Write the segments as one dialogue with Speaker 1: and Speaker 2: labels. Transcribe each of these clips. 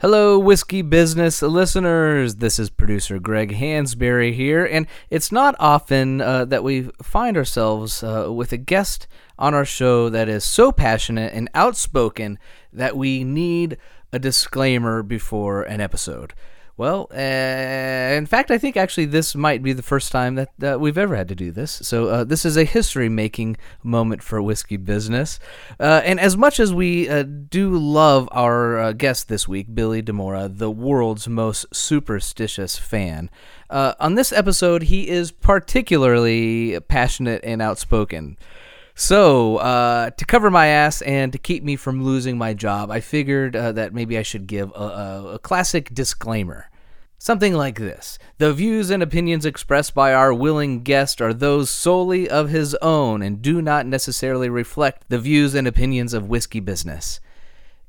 Speaker 1: Hello, whiskey business listeners. This is producer Greg Hansberry here, and it's not often uh, that we find ourselves uh, with a guest on our show that is so passionate and outspoken that we need a disclaimer before an episode. Well, uh, in fact, I think actually this might be the first time that uh, we've ever had to do this. So uh, this is a history-making moment for whiskey business. Uh, and as much as we uh, do love our uh, guest this week, Billy Demora, the world's most superstitious fan, uh, on this episode he is particularly passionate and outspoken. So, uh, to cover my ass and to keep me from losing my job, I figured uh, that maybe I should give a, a, a classic disclaimer. Something like this The views and opinions expressed by our willing guest are those solely of his own and do not necessarily reflect the views and opinions of whiskey business.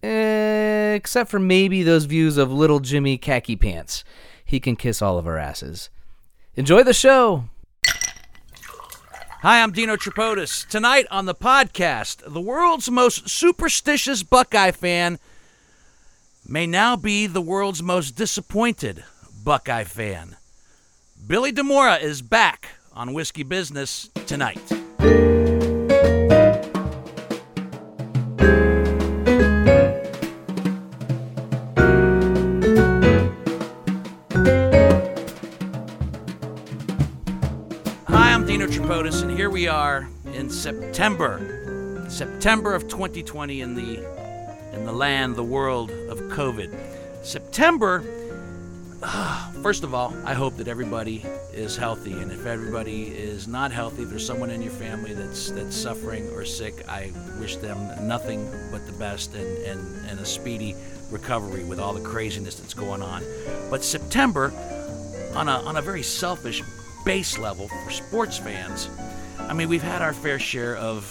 Speaker 1: Eh, except for maybe those views of little Jimmy Khaki Pants. He can kiss all of our asses. Enjoy the show!
Speaker 2: Hi, I'm Dino Tripodis. Tonight on the podcast, the world's most superstitious Buckeye fan may now be the world's most disappointed Buckeye fan. Billy Demora is back on Whiskey Business tonight. Hi, I'm Dino Tripodis, and here we are in September, September of 2020 in the in the land, the world of COVID. September. ah, First of all, I hope that everybody is healthy, and if everybody is not healthy, if there's someone in your family that's that's suffering or sick, I wish them nothing but the best and and, and a speedy recovery with all the craziness that's going on. But September, on a, on a very selfish base level for sports fans, I mean, we've had our fair share of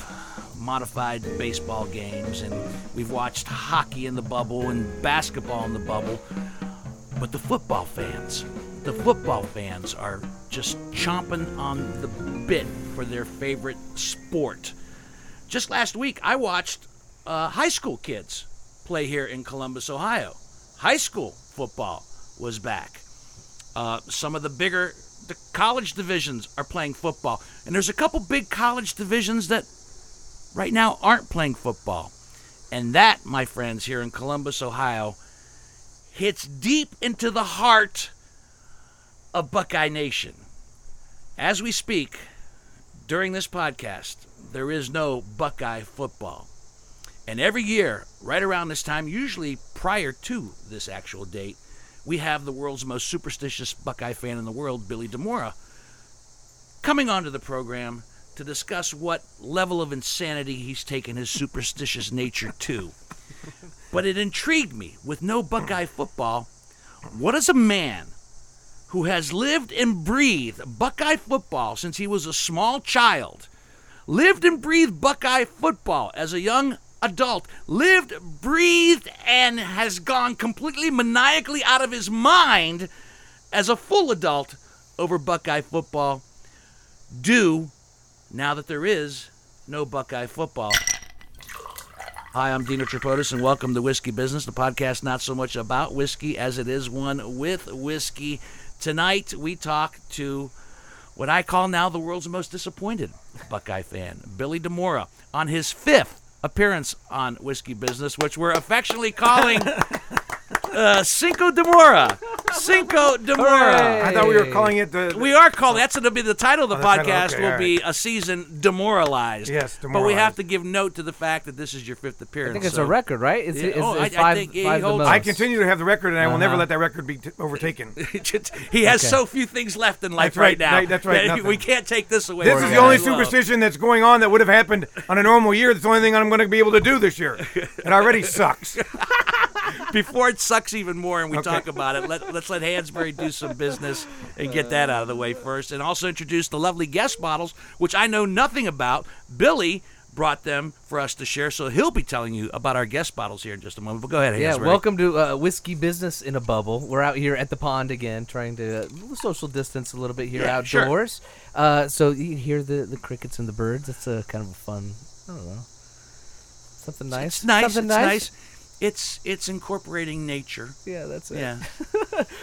Speaker 2: modified baseball games and we've watched hockey in the bubble and basketball in the bubble. But the football fans, the football fans are just chomping on the bit for their favorite sport. Just last week, I watched uh, high school kids play here in Columbus, Ohio. High school football was back uh, some of the bigger the college divisions are playing football and there's a couple big college divisions that right now aren't playing football and that my friends here in columbus ohio hits deep into the heart of buckeye nation as we speak during this podcast there is no buckeye football and every year, right around this time, usually prior to this actual date, we have the world's most superstitious Buckeye fan in the world, Billy DeMora, coming onto the program to discuss what level of insanity he's taken his superstitious nature to. But it intrigued me with no Buckeye football. What does a man who has lived and breathed Buckeye football since he was a small child? lived and breathed Buckeye football as a young adult, lived, breathed, and has gone completely maniacally out of his mind as a full adult over Buckeye football, do now that there is no Buckeye football. Hi, I'm Dino Tripodis, and welcome to Whiskey Business, the podcast not so much about whiskey as it is one with whiskey. Tonight, we talk to what I call now the world's most disappointed Buckeye fan, Billy DeMora, on his fifth appearance on Whiskey Business, which we're affectionately calling uh, Cinco DeMora. Cinco DeMora.
Speaker 3: I thought we were calling it the.
Speaker 2: We are calling. That's going to be the title of the
Speaker 3: Oh, that's
Speaker 2: podcast.
Speaker 3: not- okay,
Speaker 2: will
Speaker 3: all
Speaker 2: be a season demoralized.
Speaker 3: Yes,
Speaker 2: But we have
Speaker 3: demoralized.
Speaker 2: to give note to the fact that this is your fifth appearance.
Speaker 1: I think it's
Speaker 2: so-
Speaker 1: a record, right? It's,
Speaker 2: Yeah,
Speaker 1: it's,
Speaker 2: oh, I-
Speaker 1: it's
Speaker 2: I
Speaker 1: five,
Speaker 2: think he
Speaker 1: five the
Speaker 2: holds-
Speaker 1: most.
Speaker 3: I continue to have the record, and I will never
Speaker 1: Uh-huh.
Speaker 3: let that record be t- overtaken. this
Speaker 2: he has so few things left in life
Speaker 3: That's right,
Speaker 2: now.
Speaker 3: right, that's right,
Speaker 2: that we
Speaker 3: nothing.
Speaker 2: can't take this away.
Speaker 3: is
Speaker 2: from
Speaker 3: the
Speaker 2: him.
Speaker 3: only
Speaker 2: I love.
Speaker 3: superstition that's going on that would have happened on a normal year. That's the only thing I'm going to be able to do this year. It already sucks.
Speaker 2: Before it sucks even more, and we
Speaker 3: Okay.
Speaker 2: talk about it, let, let's let Hansberry do some business and get that out of the way first, and also introduce the lovely guest bottles, which I know nothing about. Billy brought them for us to share, so he'll be telling you about our guest bottles here in just a moment. But go ahead, Hansberry.
Speaker 1: Yeah, welcome to uh, Whiskey Business in a Bubble. We're out here at the pond again, trying to uh, social distance a little bit here
Speaker 2: Yeah, sure.
Speaker 1: outdoors. Uh, so you can hear the, the crickets and the birds. That's a kind of a fun, I don't know, something nice.
Speaker 2: It's nice.
Speaker 1: Something
Speaker 2: it's nice. it's it's incorporating nature.
Speaker 1: Yeah, that's it.
Speaker 2: Yeah.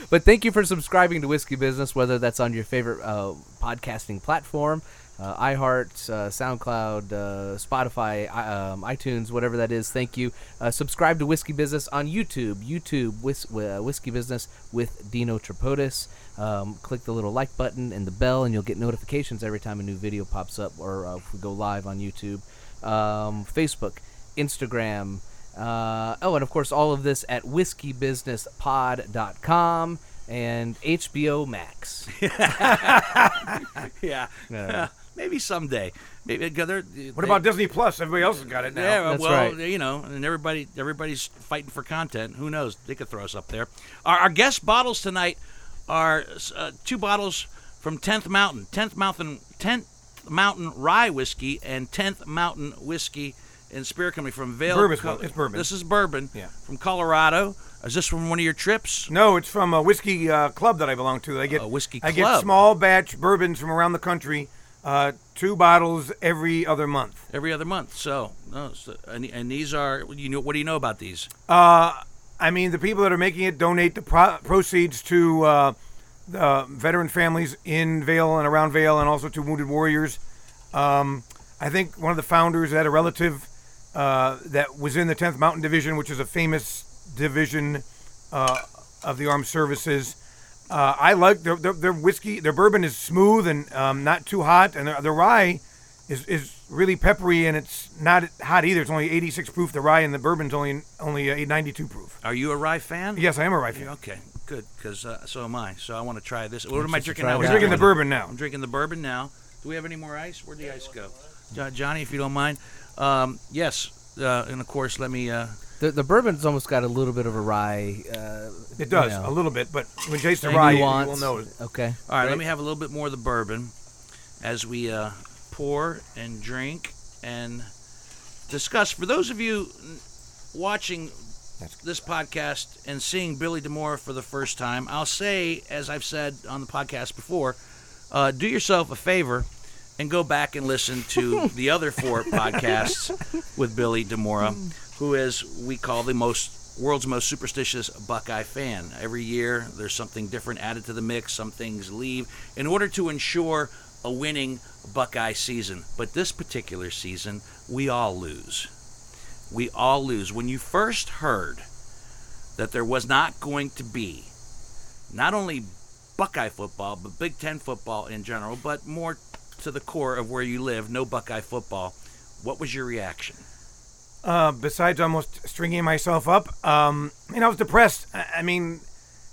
Speaker 1: But thank you for subscribing to Whiskey Business, whether that's on your favorite uh, podcasting platform, uh, iHeart, uh, SoundCloud, uh, Spotify, I, um, iTunes, whatever that is. Thank you. Uh, subscribe to Whiskey Business on YouTube. YouTube whis- uh, Whiskey Business with Dino Tripodis. Um, click the little like button and the bell, and you'll get notifications every time a new video pops up or uh, if we go live on YouTube, um, Facebook, Instagram. Uh, oh, and of course, all of this at whiskeybusinesspod.com and HBO Max.
Speaker 2: yeah.
Speaker 1: Yeah.
Speaker 2: Maybe someday. Maybe they're,
Speaker 3: What about Disney Plus? Everybody else has got it now.
Speaker 2: Yeah,
Speaker 1: That's
Speaker 2: well,
Speaker 1: right.
Speaker 2: you know, and everybody everybody's fighting for content. Who knows? They could throw us up there. Our, our guest bottles tonight are uh, two bottles from Tenth Mountain, Tenth Mountain, Tenth Mountain Rye Whiskey, and Tenth Mountain Whiskey and Spirit Company from Vale.
Speaker 3: Bourbon.
Speaker 2: Col-
Speaker 3: It's bourbon.
Speaker 2: This is bourbon.
Speaker 3: Yeah.
Speaker 2: From Colorado. Is this from one of your trips?
Speaker 3: No, it's from a whiskey uh, club that I belong to. I get
Speaker 2: A whiskey
Speaker 3: I get
Speaker 2: club.
Speaker 3: small batch bourbons from around the country, uh, two bottles every other month.
Speaker 2: Every other month. So, no, so- and, and these are you know what do you know about these?
Speaker 3: Uh, I mean, the people that are making it donate the pro- proceeds to uh, the veteran families in Vale and around Vale, and also to wounded warriors. Um, I think one of the founders had a relative uh, that was in the 10th Mountain Division, which is a famous division uh, of the armed services. Uh, I like their, their, their whiskey. Their bourbon is smooth and um, not too hot, and their, their rye is, is really peppery and it's not hot either. It's only 86 proof. The rye and the bourbon's only only uh, 92 proof.
Speaker 2: Are you a rye fan?
Speaker 3: Yes, I am a rye fan.
Speaker 2: Okay, good, because uh, so am I. So I want to try this. What am I drinking
Speaker 1: try
Speaker 2: now?
Speaker 1: it
Speaker 3: We're
Speaker 1: Yeah.
Speaker 3: drinking the bourbon
Speaker 2: I'm
Speaker 3: now.
Speaker 2: drinking the bourbon now. Do we have any more ice? Where'd the ice go? Jo- Johnny, if you don't mind. Um, yes, uh, and of course, let me. Uh,
Speaker 1: The, the bourbon's almost got a little bit of a rye. Uh,
Speaker 3: It does
Speaker 1: you know,
Speaker 3: a little bit, but when Jason
Speaker 2: Thank
Speaker 3: rye,
Speaker 2: you,
Speaker 3: you will
Speaker 1: nuance.
Speaker 3: know. it.
Speaker 1: Okay.
Speaker 2: all right,
Speaker 1: Great.
Speaker 2: let me have a little bit more of the bourbon as we uh, pour and drink and discuss. For those of you n- watching this podcast and seeing Billy Demore for the first time, I'll say, as I've said on the podcast before, uh, do yourself a favor and go back and listen to the other four podcasts with Billy Demora, who is we call the most world's most superstitious Buckeye fan. Every year, there's something different added to the mix. Some things leave in order to ensure a winning Buckeye season. But this particular season, we all lose we all lose. When you first heard that there was not going to be not only Buckeye football, but Big Ten football in general, but more to the core of where you live, no Buckeye football, what was your reaction?
Speaker 3: uh, besides almost stringing myself up, um, and I was depressed. I, I mean,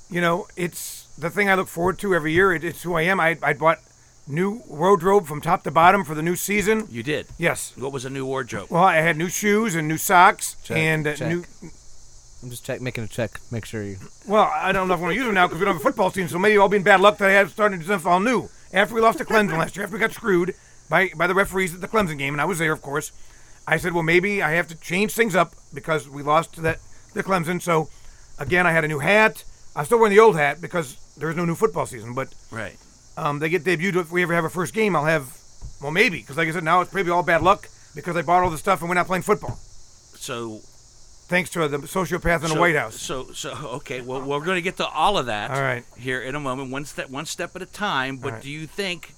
Speaker 3: you know, it's the thing I look forward to every year. It, it's who I am. I, I bought new wardrobe from top to bottom for the new season.
Speaker 2: You did.
Speaker 3: Yes.
Speaker 2: What was a new wardrobe?
Speaker 3: Well, I had new shoes and new socks
Speaker 1: Check,
Speaker 3: and uh,
Speaker 1: check.
Speaker 3: new.
Speaker 1: I'm just check, making a check. Make sure you.
Speaker 3: Well, I don't know if I'm going to use them now because we don't have a football team. So maybe I'll be in bad luck that I have started to do something all new. After we lost to Clemson last year, after we got screwed by, by the referees at the Clemson game, and I was there, of course, I said, well, maybe I have to change things up because we lost to that the Clemson. So again, I had a new hat. I'm still wearing the old hat because there is no new football season. But
Speaker 2: Right.
Speaker 3: um, they get debuted. If we ever have a first game, I'll have, well, maybe because like I said, now it's probably all bad luck because I bought all the stuff and we're not playing football.
Speaker 2: So
Speaker 3: Thanks to the sociopath in
Speaker 2: so-
Speaker 3: the White House.
Speaker 2: So so okay, well we're going to get to all of that
Speaker 3: All right.
Speaker 2: here in a moment, one step one step at a time, but
Speaker 3: right.
Speaker 2: do you think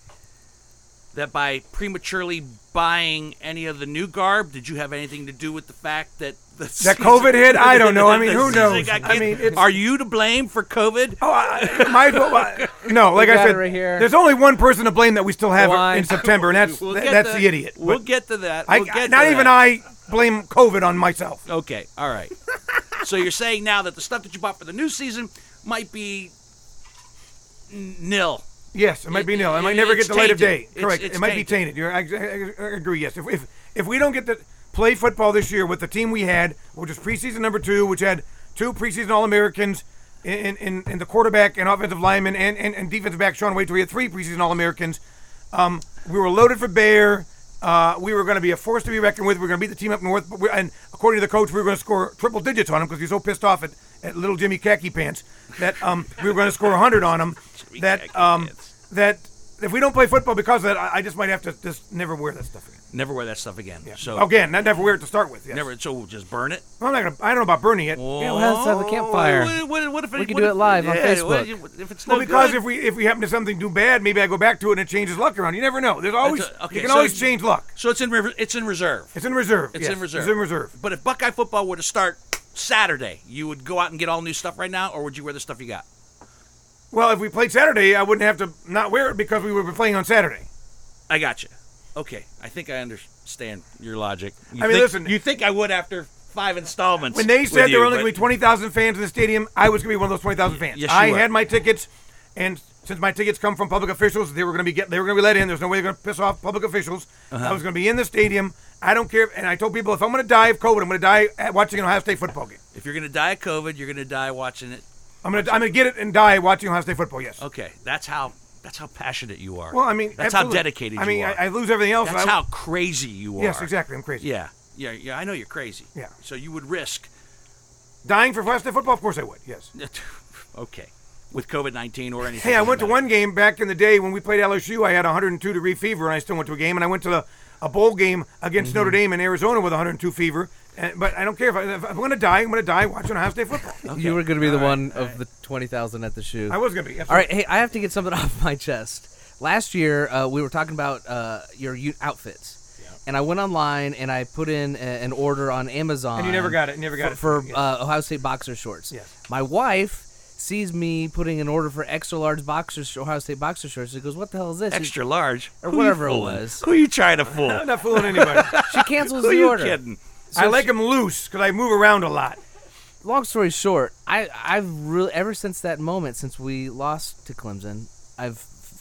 Speaker 2: that by prematurely buying any of the new garb, did you have anything to do with the fact that the season-
Speaker 3: COVID hit? I don't know. I mean, who
Speaker 2: the season
Speaker 3: knows?
Speaker 2: got
Speaker 3: I
Speaker 2: kicked?
Speaker 3: mean, it's-
Speaker 2: are you to blame for COVID?
Speaker 3: Oh, I, might as well. I- no, like I
Speaker 1: got it
Speaker 3: said,
Speaker 1: right here.
Speaker 3: there's only one person to blame that we still have
Speaker 1: Why?
Speaker 3: in September, and that's
Speaker 2: We'll
Speaker 3: that-
Speaker 2: get
Speaker 3: that's
Speaker 2: to-
Speaker 3: the idiot.
Speaker 2: We'll
Speaker 3: But
Speaker 2: get to that.
Speaker 3: I,
Speaker 2: We'll get to
Speaker 3: not
Speaker 2: that.
Speaker 3: even I blame COVID on myself.
Speaker 2: Okay, all right. so you're saying now that the stuff that you bought for the new season might be n- nil.
Speaker 3: Yes, it might be nil. I might
Speaker 2: it-
Speaker 3: never
Speaker 2: it's
Speaker 3: get the light of
Speaker 2: tainted.
Speaker 3: day.
Speaker 2: It's-
Speaker 3: Correct.
Speaker 2: it's
Speaker 3: it might be
Speaker 2: tainted.
Speaker 3: tainted. You're, I, I- I agree. Yes. If, if if we don't get to play football this year with the team we had, which is preseason number two, which had two preseason All Americans. In, in, in the quarterback and offensive lineman and, and, and defensive back Sean Wade, we had three preseason All Americans. Um, we were loaded for bear. Uh, we were going to be a force to be reckoned with. We were going to beat the team up north. But we, and according to the coach, we were going to score triple digits on him because he was so pissed off at, at little Jimmy Khaki Pants that um, we were going to score 100 on him.
Speaker 2: Jimmy
Speaker 3: That
Speaker 2: Khaki
Speaker 3: um,
Speaker 2: Pants.
Speaker 3: that if we don't play football because of that, I, I just might have to just never wear that stuff again.
Speaker 2: Never wear that stuff again. So
Speaker 3: Again, I never wear Oh, it to start with. Yes.
Speaker 2: Never. So we'll just burn it.
Speaker 3: I'm not gonna. I don't know about burning it.
Speaker 1: Yeah, we'll have to have a campfire.
Speaker 2: What, Oh, what- what if it-
Speaker 1: We could
Speaker 2: what
Speaker 1: do
Speaker 2: if-
Speaker 1: it live on
Speaker 2: yeah, what
Speaker 1: Facebook.
Speaker 2: if- if it's
Speaker 3: Well,
Speaker 2: no
Speaker 3: because
Speaker 2: good?
Speaker 3: if we if we happen to something do bad, maybe I go back to it and it changes luck around. You never know. There's always
Speaker 2: That's a- okay,
Speaker 3: you can
Speaker 2: so
Speaker 3: always
Speaker 2: it's-
Speaker 3: change luck.
Speaker 2: so it's in re- it's in reserve.
Speaker 3: It's in reserve.
Speaker 2: It's
Speaker 3: yes.
Speaker 2: in reserve.
Speaker 3: It's in reserve.
Speaker 2: But if Buckeye football were to start Saturday, you would go out and get all new stuff right now, or would you wear the stuff you got?
Speaker 3: Well, if we played Saturday, I wouldn't have to not wear it because we would be playing on Saturday.
Speaker 2: I got you. Okay, I think I understand your logic. You
Speaker 3: I mean,
Speaker 2: think-
Speaker 3: listen-
Speaker 2: You think I would after five installments?
Speaker 3: When they
Speaker 2: with
Speaker 3: said there
Speaker 2: you,
Speaker 3: were only
Speaker 2: but-
Speaker 3: going to be 20,000 fans in the stadium, I was going to be one of those 20,000 fans.
Speaker 2: Yes, you
Speaker 3: I
Speaker 2: were.
Speaker 3: had my tickets, and since my tickets come from public officials, they were going to be get, they were going to be let in. There's no way they're going to piss off public officials.
Speaker 2: Uh-huh.
Speaker 3: I was going to be in the stadium. I don't care. And I told people if I'm going to die of COVID, I'm going to die at watching an Ohio State football game.
Speaker 2: if you're going to die of COVID, you're going to die watching it.
Speaker 3: I'm going to I'm going to get it and die watching Ohio State football. Yes.
Speaker 2: Okay, that's how that's how passionate you are.
Speaker 3: Well, I mean,
Speaker 2: that's
Speaker 3: absolutely.
Speaker 2: how dedicated
Speaker 3: I mean,
Speaker 2: you are.
Speaker 3: I, I lose everything else.
Speaker 2: that's
Speaker 3: I-
Speaker 2: how crazy you are.
Speaker 3: Yes, exactly. I'm crazy.
Speaker 2: Yeah, yeah, yeah. I know you're crazy.
Speaker 3: Yeah.
Speaker 2: So you would risk.
Speaker 3: Dying for Ohio State football, of course I would. Yes.
Speaker 2: okay. With COVID nineteen or anything.
Speaker 3: Hey, I
Speaker 2: doesn't
Speaker 3: went to
Speaker 2: matter.
Speaker 3: one game back in the day when we played LSU. I had 102 degree fever, and I still went to a game. And I went to the, a bowl game against Notre Dame in Arizona with 102 fever. And, but I don't care if, I, if I'm going to die. I'm going to die watching Ohio State football.
Speaker 1: You were going to be the one of the 20,000 at the shoe.
Speaker 3: I was going to be.
Speaker 1: All right, hey, I have to get something off my chest. Last year, uh, we were talking about uh, your u- outfits, and I went online and I put in a- an order on Amazon.
Speaker 3: And you never got it, never got
Speaker 1: for,
Speaker 3: it.
Speaker 1: for
Speaker 3: Yes.
Speaker 1: uh, Ohio State boxer shorts.
Speaker 3: Yes.
Speaker 1: My wife sees me putting an order for extra large boxer sh- Ohio State boxer shorts. She goes, "What the hell is this?"
Speaker 2: extra large
Speaker 1: Or
Speaker 2: Who you
Speaker 1: whatever it
Speaker 2: fooling?
Speaker 1: was.
Speaker 2: Who you trying to fool?
Speaker 3: I'm not fooling anybody.
Speaker 1: She cancels
Speaker 2: Who
Speaker 1: the
Speaker 2: you
Speaker 1: order.
Speaker 2: kidding?
Speaker 3: I like them loose because I move around a lot.
Speaker 1: long story short, I I've really ever since that moment, since we lost to Clemson, I've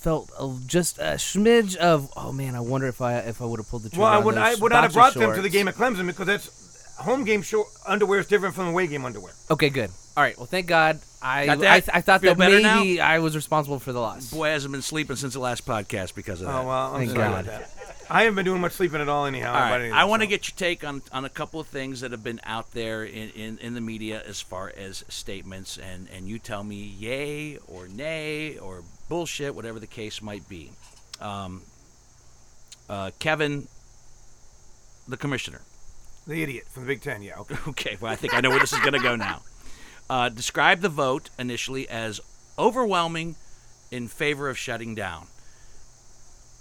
Speaker 1: felt a, just a smidge of oh man, I wonder if I if I would have pulled the trigger.
Speaker 3: Well, I
Speaker 1: on
Speaker 3: would,
Speaker 1: those
Speaker 3: I would not have
Speaker 1: boxer
Speaker 3: brought them to the
Speaker 1: shorts.
Speaker 3: game at Clemson because that's home game short, underwear is different from away game underwear.
Speaker 1: Okay, good. All right. Well, thank God. I I,
Speaker 2: Got that?
Speaker 1: I thought
Speaker 2: Feel
Speaker 1: that
Speaker 2: better now?
Speaker 1: maybe I was responsible for the loss.
Speaker 2: Boy hasn't been sleeping since the last podcast because of that.
Speaker 3: Oh well, I'm
Speaker 1: Thank
Speaker 3: sorry
Speaker 1: God.
Speaker 3: about that. I haven't been doing much sleeping at all anyhow.
Speaker 2: All
Speaker 3: about
Speaker 2: right.
Speaker 3: anything,
Speaker 2: I want to
Speaker 3: so.
Speaker 2: get your take on, on a couple of things that have been out there in, in, in the media as far as statements, and, and you tell me yay or nay or bullshit, whatever the case might be. Um, uh, Kevin, the commissioner.
Speaker 3: the idiot from the Big Ten. Yeah, okay.
Speaker 2: Okay, well, I think I know where this is going to go now. Uh, describe the vote initially as overwhelming in favor of shutting down.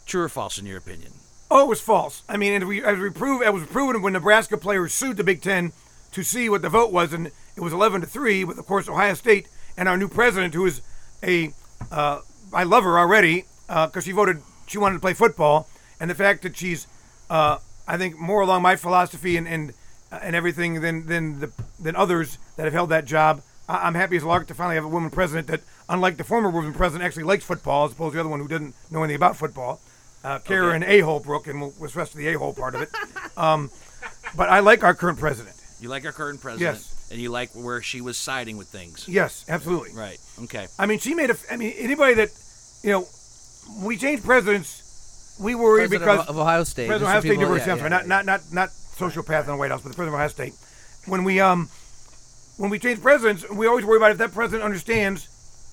Speaker 2: True or false, in your opinion?
Speaker 3: Oh, it was false. I mean, and we, as we prove, it was proven when Nebraska players sued the Big Ten to see what the vote was, and it was 11 to three. With of course Ohio State and our new president, who is a, uh, I love her already because she voted she wanted to play football, and the fact that she's, uh, I think more along my philosophy and and, and everything than than the than others that have held that job. I, I'm happy as lark to finally have a woman president that, unlike the former woman president, actually likes football as opposed to the other one who didn't know anything about football. Uh, Karen A-hole Brooke, and we'll, we'll rest of the A-hole part of it. Um, but I like our current president.
Speaker 2: You like our current president,
Speaker 3: Yes.
Speaker 2: and you like where she was siding with things.
Speaker 3: Yes, absolutely.
Speaker 2: Right. Okay.
Speaker 3: I mean, she made a. f- I mean, anybody that, you know, we change presidents, we worry
Speaker 1: President
Speaker 3: because
Speaker 1: of- of Ohio State,
Speaker 3: President of
Speaker 1: just
Speaker 3: Ohio
Speaker 1: so
Speaker 3: State
Speaker 1: people-
Speaker 3: University,
Speaker 1: yeah,
Speaker 3: I'm sorry,
Speaker 1: yeah,
Speaker 3: not not not not sociopath in the White House, but the president of Ohio State. When we um, when we change presidents, we always worry about if that president understands,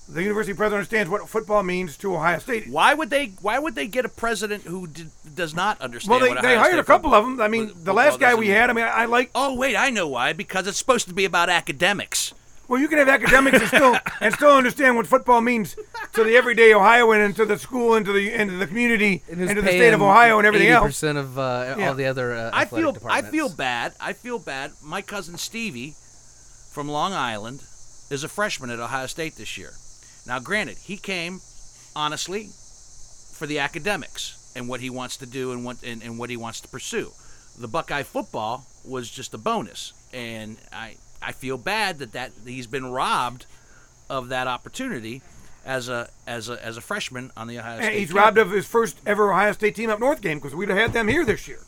Speaker 3: the university president understands what football means to Ohio State.
Speaker 2: Why would they? Why would they get a president who did, does not understand?
Speaker 3: Well, they,
Speaker 2: what
Speaker 3: they
Speaker 2: Ohio
Speaker 3: hired
Speaker 2: State
Speaker 3: a couple
Speaker 2: football-
Speaker 3: of them. I
Speaker 2: what
Speaker 3: mean, the
Speaker 2: football
Speaker 3: last guy
Speaker 2: doesn't
Speaker 3: we
Speaker 2: mean.
Speaker 3: had. I mean, I, I like.
Speaker 2: Oh wait, I know why. Because it's supposed to be about academics.
Speaker 3: Well, you can have academics and still and still understand what football means to the everyday Ohioan and to the school and to the and to the community
Speaker 1: It
Speaker 3: and,
Speaker 1: was
Speaker 3: to the state of
Speaker 1: paying
Speaker 3: Ohio and everything else.
Speaker 1: 80% of uh,
Speaker 3: Yeah.
Speaker 1: all the other uh,
Speaker 2: I
Speaker 1: athletic
Speaker 2: feel.
Speaker 1: departments.
Speaker 2: I feel bad. I feel bad. My cousin Stevie, from Long Island, is a freshman at Ohio State this year. Now, granted, he came honestly for the academics and what he wants to do and what and, and what he wants to pursue. The Buckeye football was just a bonus, and I I feel bad that that he's been robbed of that opportunity as a as a as a freshman on the Ohio
Speaker 3: And
Speaker 2: State.
Speaker 3: he's
Speaker 2: campus.
Speaker 3: robbed of his first ever Ohio State team up north game because we'd have had them here this year.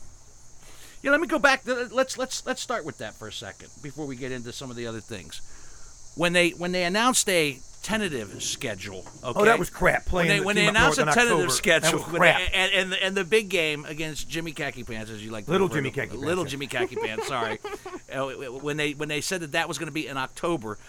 Speaker 2: Yeah, let me go back. Let's let's let's start with that for a second before we get into some of the other things. When they when they announced a tentative schedule, okay.
Speaker 3: Oh, that was crap.
Speaker 2: When
Speaker 3: Playing
Speaker 2: they,
Speaker 3: the
Speaker 2: when
Speaker 3: team
Speaker 2: they
Speaker 3: up
Speaker 2: announced a
Speaker 3: north in
Speaker 2: tentative
Speaker 3: October.
Speaker 2: schedule,
Speaker 3: that was
Speaker 2: when
Speaker 3: crap.
Speaker 2: they- and, and the- and the big game against Jimmy Khaki Pants, as you like, to
Speaker 3: Little
Speaker 2: refer to
Speaker 3: Jimmy
Speaker 2: him.
Speaker 3: Khaki Pants,
Speaker 2: little
Speaker 3: yeah.
Speaker 2: Jimmy Khaki Pants. Sorry, Uh, when they when they said that that was going to be in October,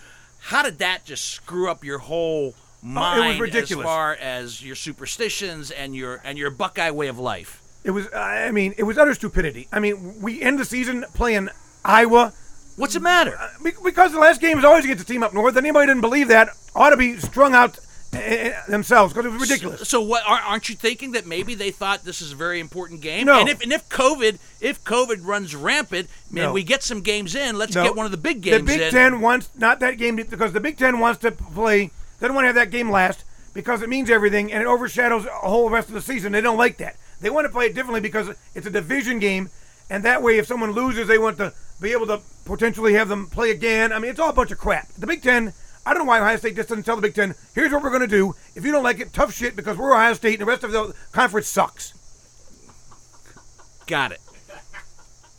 Speaker 2: how did that just screw up your whole mind as
Speaker 3: Oh, ridiculous.
Speaker 2: far as your superstitions and your and your Buckeye way of life?
Speaker 3: It was. I mean, it was utter stupidity. I mean, we end the season playing Iowa
Speaker 2: What's the matter?
Speaker 3: Be- because the last game is always against a team up north. Anybody who didn't believe that ought to be strung out eh, eh, themselves because it was ridiculous.
Speaker 2: So what? Aren't aren't you thinking that maybe they thought this is a very important game?
Speaker 3: No.
Speaker 2: And if and if COVID if COVID runs rampant, man,
Speaker 3: No.
Speaker 2: we get some games in. Let's
Speaker 3: No.
Speaker 2: get one of the big games
Speaker 3: The Big
Speaker 2: in.
Speaker 3: Ten wants not that game because the Big Ten wants to play. They don't want to have that game last because it means everything and it overshadows a whole rest of the season. They don't like that. They want to play it differently because it's a division game, and that way, if someone loses, they want to be able to potentially have them play again. I mean, it's all a bunch of crap. The Big Ten. I don't know why Ohio State just doesn't tell the Big Ten, here's what we're going to do. If you don't like it, tough shit because we're Ohio State and the rest of the conference sucks.
Speaker 2: Got it.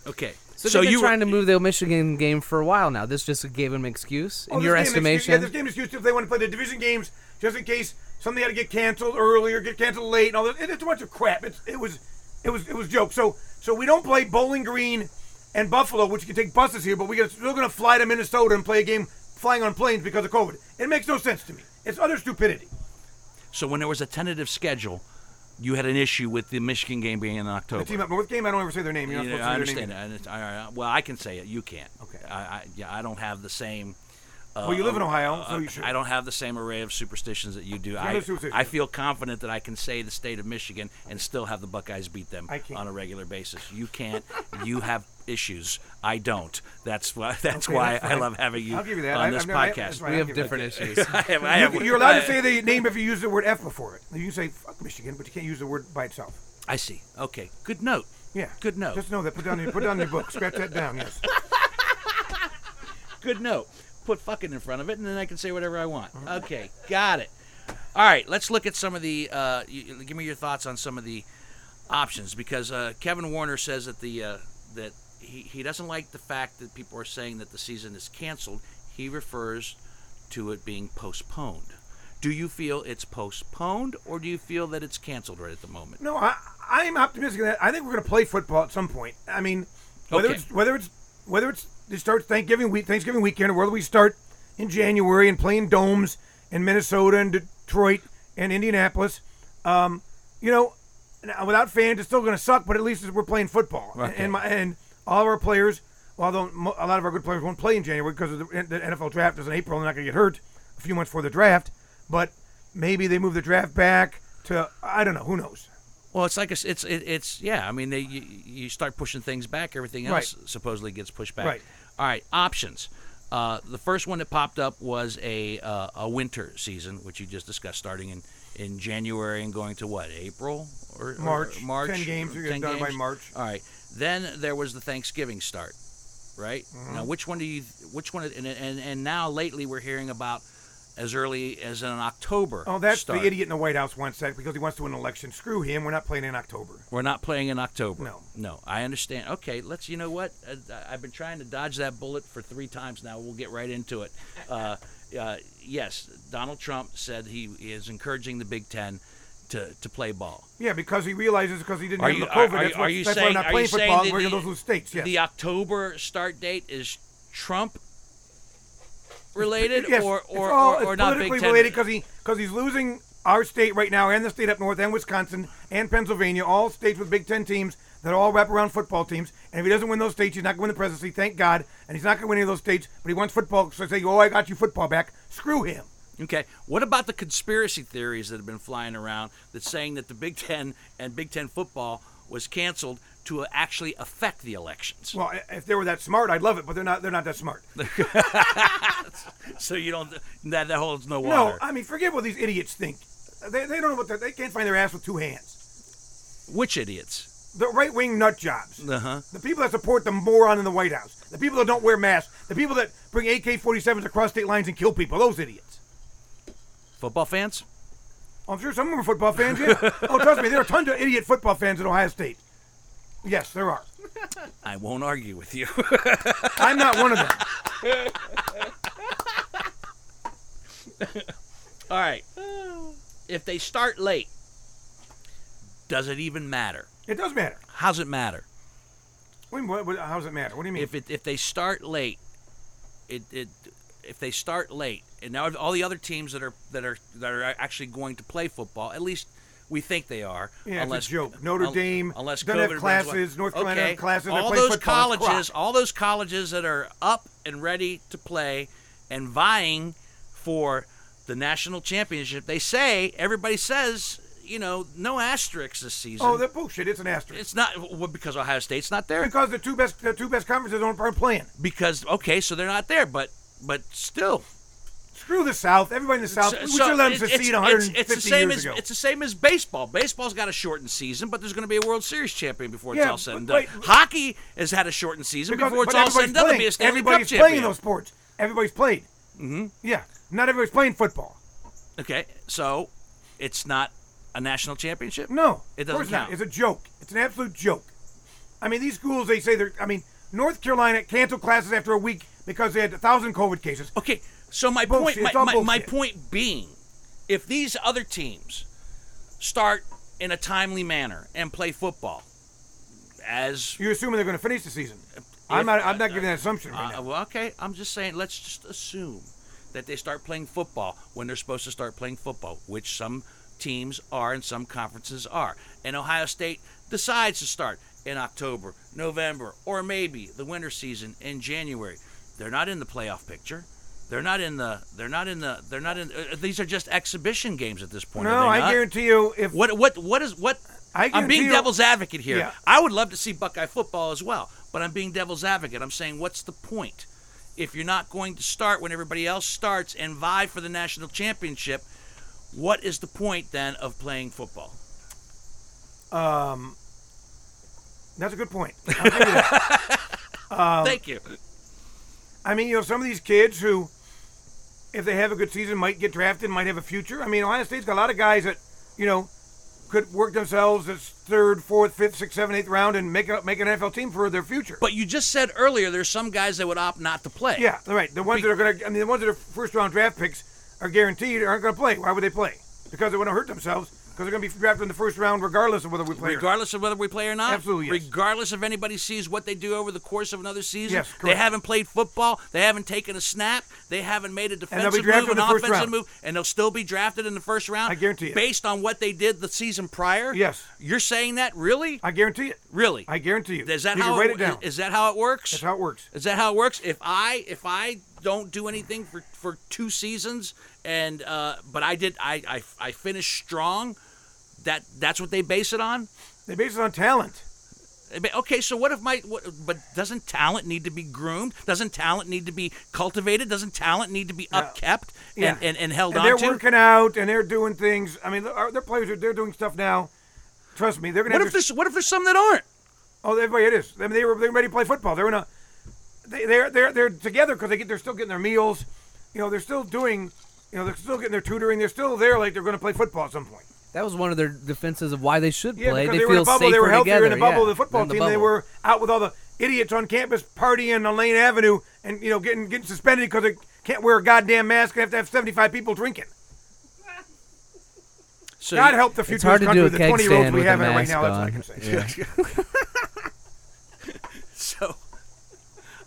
Speaker 2: Okay.
Speaker 1: So, they've been trying to move the Michigan game for a while now. This just gave them an excuse in
Speaker 3: Oh, this
Speaker 1: your
Speaker 3: game is-
Speaker 1: estimation.
Speaker 3: yeah, this game is used to if they want to play the division games just in case something had to get canceled early or get canceled late and all that. It, it's a bunch of crap. It's, it was, it was, it was joke. So, so we don't play Bowling Green and Buffalo, which can take buses here, but we are still going to fly to Minnesota and play a game flying on planes because of COVID. It makes no sense to me. It's utter stupidity.
Speaker 2: So when there was a tentative schedule, you had an issue with the Michigan game being in October.
Speaker 3: The team up north game. I don't ever say their name. You're not
Speaker 2: You know, I
Speaker 3: supposed to say their
Speaker 2: understand
Speaker 3: name.
Speaker 2: that. And it's- all right, well, I can say it. You can't.
Speaker 3: Okay.
Speaker 2: I, I yeah, I don't have the same. Uh,
Speaker 3: Well, you live in
Speaker 2: uh,
Speaker 3: Ohio, so
Speaker 2: uh,
Speaker 3: you should.
Speaker 2: I don't have the same array of superstitions that you do. I,
Speaker 3: no superstitions.
Speaker 2: I feel confident that I can say the state of Michigan and still have the Buckeyes beat them
Speaker 3: I can't.
Speaker 2: on a regular basis. You can't. you have issues. I don't. That's why. That's
Speaker 3: Okay,
Speaker 2: why
Speaker 3: that's
Speaker 2: I
Speaker 3: fine.
Speaker 2: love having you
Speaker 3: I'll give you that.
Speaker 2: on
Speaker 3: I-
Speaker 2: this
Speaker 3: I've never- I- that's
Speaker 2: podcast.
Speaker 3: right.
Speaker 1: we
Speaker 3: I
Speaker 1: have
Speaker 3: don't give a
Speaker 1: different
Speaker 2: I
Speaker 1: issues.
Speaker 2: have- I
Speaker 3: You,
Speaker 2: have-
Speaker 3: you're allowed
Speaker 2: I-
Speaker 3: to say the name if you use the word F before it. You can say fuck Michigan, but you can't use the word by itself.
Speaker 2: I see. Okay. Good note.
Speaker 3: Yeah.
Speaker 2: Good note.
Speaker 3: Just know that. Put down your put down your book. Scratch that down. Yes.
Speaker 2: good note. Put fucking in front of it, and then I can say whatever I want. Okay, got it. All right, let's look at some of the. Uh, y y- give me your thoughts on some of the options because uh, Kevin Warner says that the uh, that he, he doesn't like the fact that people are saying that the season is canceled. He refers to it being postponed. Do you feel it's postponed, or do you feel that it's canceled right at the moment?
Speaker 3: No, I I'm optimistic that I think we're going to play football at some point. I mean, whether
Speaker 2: Okay.
Speaker 3: it's whether it's whether it's they start Thanksgiving week Thanksgiving weekend or whether we start in January and playing domes in Minnesota and Detroit and Indianapolis, um, you know, now, without fans it's still going to suck, but at least we're playing football. And-
Speaker 2: Okay.
Speaker 3: And my and all of our players, although mo- a lot of our good players won't play in January because of the, the NFL draft is in April and they're not going to get hurt a few months before the draft, but maybe they move the draft back to I don't know, who knows.
Speaker 2: Well, it's like a s it's it, it's yeah. I mean, they you, you start pushing things back, everything
Speaker 3: Right.
Speaker 2: else supposedly gets pushed back.
Speaker 3: Right.
Speaker 2: All right, options. Uh, the first one that popped up was a uh, a winter season, which you just discussed, starting in, in January and going to what April or or
Speaker 3: March.
Speaker 2: March
Speaker 3: 10 games, you're
Speaker 2: 10
Speaker 3: done by
Speaker 2: games?
Speaker 3: March.
Speaker 2: All right. Then there was the Thanksgiving start, right?
Speaker 3: Mm-hmm.
Speaker 2: Now, which one do you? Which one? And, and and now lately we're hearing about as early as in October.
Speaker 3: Oh, that's
Speaker 2: start.
Speaker 3: the idiot in the White House wants that because he wants to win an election. Screw him. We're not playing in October.
Speaker 2: We're not playing in October.
Speaker 3: No.
Speaker 2: No, I understand. Okay, let's, you know what? Uh, I've been trying to dodge that bullet for three times now. We'll get right into it. Uh, uh, yes, Donald Trump said he is encouraging the Big Ten to, to play ball.
Speaker 3: Yeah, because he realizes because he didn't
Speaker 2: Are
Speaker 3: have
Speaker 2: you-
Speaker 3: the COVID.
Speaker 2: are- are
Speaker 3: that's
Speaker 2: you-
Speaker 3: why,
Speaker 2: are you
Speaker 3: that's
Speaker 2: saying-
Speaker 3: why we're
Speaker 2: are
Speaker 3: not playing
Speaker 2: you saying
Speaker 3: football.
Speaker 2: that
Speaker 3: We're going
Speaker 2: the-
Speaker 3: to lose those states. Yes.
Speaker 2: The October start date is Trump related
Speaker 3: yes.
Speaker 2: or, or,
Speaker 3: it's all,
Speaker 2: or, or
Speaker 3: it's
Speaker 2: not Big
Speaker 3: politically
Speaker 2: Ten?
Speaker 3: related because he because he's losing our state right now and the state up north and Wisconsin and Pennsylvania, all states with Big Ten teams that all wrap around football teams. And if he doesn't win those states, he's not going to win the presidency. Thank God. And he's not going to win any of those states. But he wants football. So they say, "Oh, I got you football back." Screw him.
Speaker 2: Okay. What about the conspiracy theories that have been flying around that's saying that the Big Ten and Big Ten football was canceled to actually affect the elections?
Speaker 3: Well, i- if they were that smart, I'd love it. But they're not. They're not that smart.
Speaker 2: so you don't that that holds no
Speaker 3: No,
Speaker 2: water.
Speaker 3: I mean, forget what these idiots think. They, they don't know what they're, they can't find their ass with two hands.
Speaker 2: Which idiots?
Speaker 3: The right wing nut jobs.
Speaker 2: Uh-huh.
Speaker 3: The people that support the moron in the White House. The people that don't wear masks. The people that bring AK 47s across state lines and kill people. Those idiots.
Speaker 2: Football fans?
Speaker 3: I'm sure some of them are football fans, yeah. oh, trust me, there are tons of idiot football fans at Ohio State. Yes, there are.
Speaker 2: I won't argue with you.
Speaker 3: I'm not one of them.
Speaker 2: All right. If they start late, does it even matter?
Speaker 3: It does matter.
Speaker 2: How's it matter?
Speaker 3: What, what, what- how does it matter? What do you mean?
Speaker 2: If it if they start late, it, it if they start late, and now all the other teams that are that are that are actually going to play football, at least We think they are.
Speaker 3: Yeah,
Speaker 2: unless,
Speaker 3: it's a joke. Notre
Speaker 2: un-
Speaker 3: Dame
Speaker 2: unless
Speaker 3: doesn't
Speaker 2: COVID
Speaker 3: have
Speaker 2: brings
Speaker 3: classes.
Speaker 2: one.
Speaker 3: North Carolina
Speaker 2: okay.
Speaker 3: have classes. They
Speaker 2: All
Speaker 3: play
Speaker 2: those
Speaker 3: football. It's
Speaker 2: colleges,
Speaker 3: crap.
Speaker 2: all those colleges that are up and ready to play and vying for the national championship. They say everybody says you know no asterisks this season.
Speaker 3: Oh, that bullshit. It's an asterisk.
Speaker 2: it's not well, because Ohio State's not there.
Speaker 3: because the two best the two best conferences aren't aren't playing.
Speaker 2: Because okay, so they're not there, but but still.
Speaker 3: Screw the South. Everybody in the South. we should have let
Speaker 2: it-
Speaker 3: them secede
Speaker 2: it's,
Speaker 3: 150
Speaker 2: it's the same
Speaker 3: years
Speaker 2: as
Speaker 3: ago.
Speaker 2: it's the same as baseball. Baseball's got a shortened season, but there's going to be a World Series champion before it's
Speaker 3: Yeah,
Speaker 2: all said and
Speaker 3: but
Speaker 2: done.
Speaker 3: wait-
Speaker 2: Hockey has had a shortened season
Speaker 3: Because-
Speaker 2: before it's
Speaker 3: but
Speaker 2: all said and done. There'll
Speaker 3: everybody's
Speaker 2: be a Stanley
Speaker 3: playing.
Speaker 2: Cup
Speaker 3: Everybody's
Speaker 2: champion.
Speaker 3: playing in those sports. Everybody's played. Mm-hmm. Yeah, not everybody's playing football.
Speaker 2: Okay, so it's not a national championship.
Speaker 3: No,
Speaker 2: It
Speaker 3: of
Speaker 2: doesn't
Speaker 3: course
Speaker 2: count.
Speaker 3: not. It's a joke. It's an absolute joke. I mean, these schools they say they're. I mean, North Carolina canceled classes after a week because they had a thousand COVID cases.
Speaker 2: Okay, so my
Speaker 3: Bullshit.
Speaker 2: point,
Speaker 3: It's
Speaker 2: my,
Speaker 3: all
Speaker 2: my, my
Speaker 3: bullshit.
Speaker 2: point being, if these other teams start in a timely manner and play football, as
Speaker 3: You're assuming they're going to finish the season. I'm not. I'm not giving that assumption right
Speaker 2: Uh,
Speaker 3: now.
Speaker 2: well, okay. I'm just saying, let's just assume that they start playing football when they're supposed to start playing football, which some teams are and some conferences are. And Ohio State decides to start in October, November, or maybe the winter season in January. They're not in the playoff picture. They're not in the. They're not in the. They're not in. Uh, these are just exhibition games at this point.
Speaker 3: No,
Speaker 2: are they
Speaker 3: I
Speaker 2: not?
Speaker 3: guarantee you. If
Speaker 2: What what what is what?
Speaker 3: I
Speaker 2: I'm being
Speaker 3: guarantee you-
Speaker 2: devil's advocate here.
Speaker 3: Yeah.
Speaker 2: I would love to see Buckeye football as well, but I'm being devil's advocate. I'm saying, what's the point if you're not going to start when everybody else starts and vie for the national championship? What is the point then of playing football?
Speaker 3: that's a good point. I'll give you that. Um,
Speaker 2: Thank you.
Speaker 3: I mean, you know, some of these kids who, if they have a good season, might get drafted, might have a future. I mean, Ohio State's got a lot of guys that, you know, could work themselves as third, fourth, fifth, sixth, seventh, eighth round and make a, make an NFL team for their future.
Speaker 2: But you just said earlier there's some guys that would opt not to play.
Speaker 3: yeah, all right. The ones that are gonna, I mean, the ones that are first round draft picks are guaranteed aren't gonna play. Why would they play? Because they want to hurt themselves. Because they're gonna be drafted in the first round regardless of whether we play. or not.
Speaker 2: Regardless of whether we play or not,
Speaker 3: Absolutely, yes.
Speaker 2: regardless of anybody sees what they do over the course of another season,
Speaker 3: Yes,
Speaker 2: they
Speaker 3: correct.
Speaker 2: haven't played football, they haven't taken a snap, they haven't made a
Speaker 3: they'll be
Speaker 2: defensive move,
Speaker 3: drafted
Speaker 2: an
Speaker 3: in the first
Speaker 2: offensive
Speaker 3: round.
Speaker 2: move, and they'll still be drafted in the first round.
Speaker 3: I guarantee it.
Speaker 2: Based on what they did the season prior.
Speaker 3: Yes.
Speaker 2: you're saying that really,
Speaker 3: I guarantee it.
Speaker 2: really.
Speaker 3: I guarantee you.
Speaker 2: Is that
Speaker 3: you
Speaker 2: how
Speaker 3: can write
Speaker 2: it,
Speaker 3: it down?
Speaker 2: Is that how it works?
Speaker 3: That's how it works.
Speaker 2: Is that how it works? If I if I don't do anything for, for two seasons and uh, but I did I I, I finished strong, that that's what they base it on.
Speaker 3: They base it on talent.
Speaker 2: I mean, Okay, so what if my? What, but doesn't talent need to be groomed? Doesn't talent need to be cultivated? Doesn't talent need to be upkept
Speaker 3: Yeah.
Speaker 2: and, and, and held
Speaker 3: and
Speaker 2: on
Speaker 3: they're
Speaker 2: to?
Speaker 3: working out and they're doing things. I mean, our- their players are they're doing stuff now. Trust me, they're gonna.
Speaker 2: what
Speaker 3: have
Speaker 2: if
Speaker 3: to,
Speaker 2: there's what if there's some that aren't?
Speaker 3: oh, everybody, it is. I mean, they were they're ready to play football. They're in a. They, they're they're they're together because they get they're still getting their meals. You know, they're still doing. You know, they're still getting their tutoring. They're still there, like they're going to play football at some point.
Speaker 1: That was one of their defenses of why they should
Speaker 3: Yeah,
Speaker 1: play.
Speaker 3: because
Speaker 1: They,
Speaker 3: they, were in
Speaker 1: feel
Speaker 3: a bubble.
Speaker 1: safer
Speaker 3: They were healthy.
Speaker 1: together.
Speaker 3: They were in a bubble.
Speaker 1: yeah.
Speaker 3: the football
Speaker 1: They're in the
Speaker 3: team. They
Speaker 1: bubble.
Speaker 3: were out with all the idiots on campus partying on Lane Avenue, and you know, getting getting suspended because they can't wear a goddamn mask and have to have seventy five people drinking.
Speaker 2: So
Speaker 3: God help the future
Speaker 1: It's hard
Speaker 3: of
Speaker 1: to do a
Speaker 3: this country
Speaker 1: keg
Speaker 3: with
Speaker 1: stand
Speaker 3: the 20 year olds we
Speaker 1: with a
Speaker 3: have in it right
Speaker 1: mask
Speaker 3: now. That's all I
Speaker 1: on.
Speaker 3: can say.
Speaker 1: Yeah.
Speaker 2: so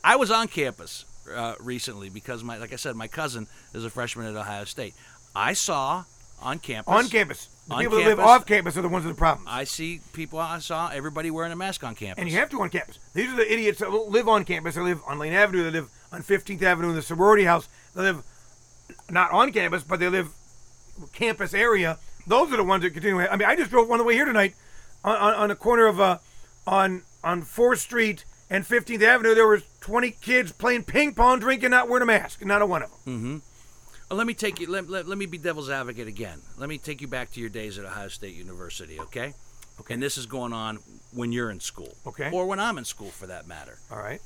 Speaker 2: I was on campus uh, recently because my like I said my cousin is a freshman at Ohio State. I saw on campus
Speaker 3: On campus. The
Speaker 2: On
Speaker 3: people that live
Speaker 2: campus.
Speaker 3: off campus are the ones with the problems.
Speaker 2: I see people I saw everybody wearing a mask on campus.
Speaker 3: and you have to on campus. These are the idiots that live on campus. They live on Lane Avenue. They live on 15th Avenue in the sorority house. They live not on campus, but they live campus area. Those are the ones that continue. I mean, I just drove on the way here tonight on, on, on the corner of uh, on on 4th Street and 15th Avenue. There was 20 kids playing ping pong, drinking, not wearing a mask. Not a one of them.
Speaker 1: Hmm.
Speaker 2: Well, let me take you. Let, let, let me be devil's advocate again. Let me take you back to your days at Ohio State University, okay? Okay. And this is going on when you're in school,
Speaker 3: Okay.
Speaker 2: or when I'm in school for that matter.
Speaker 3: All right.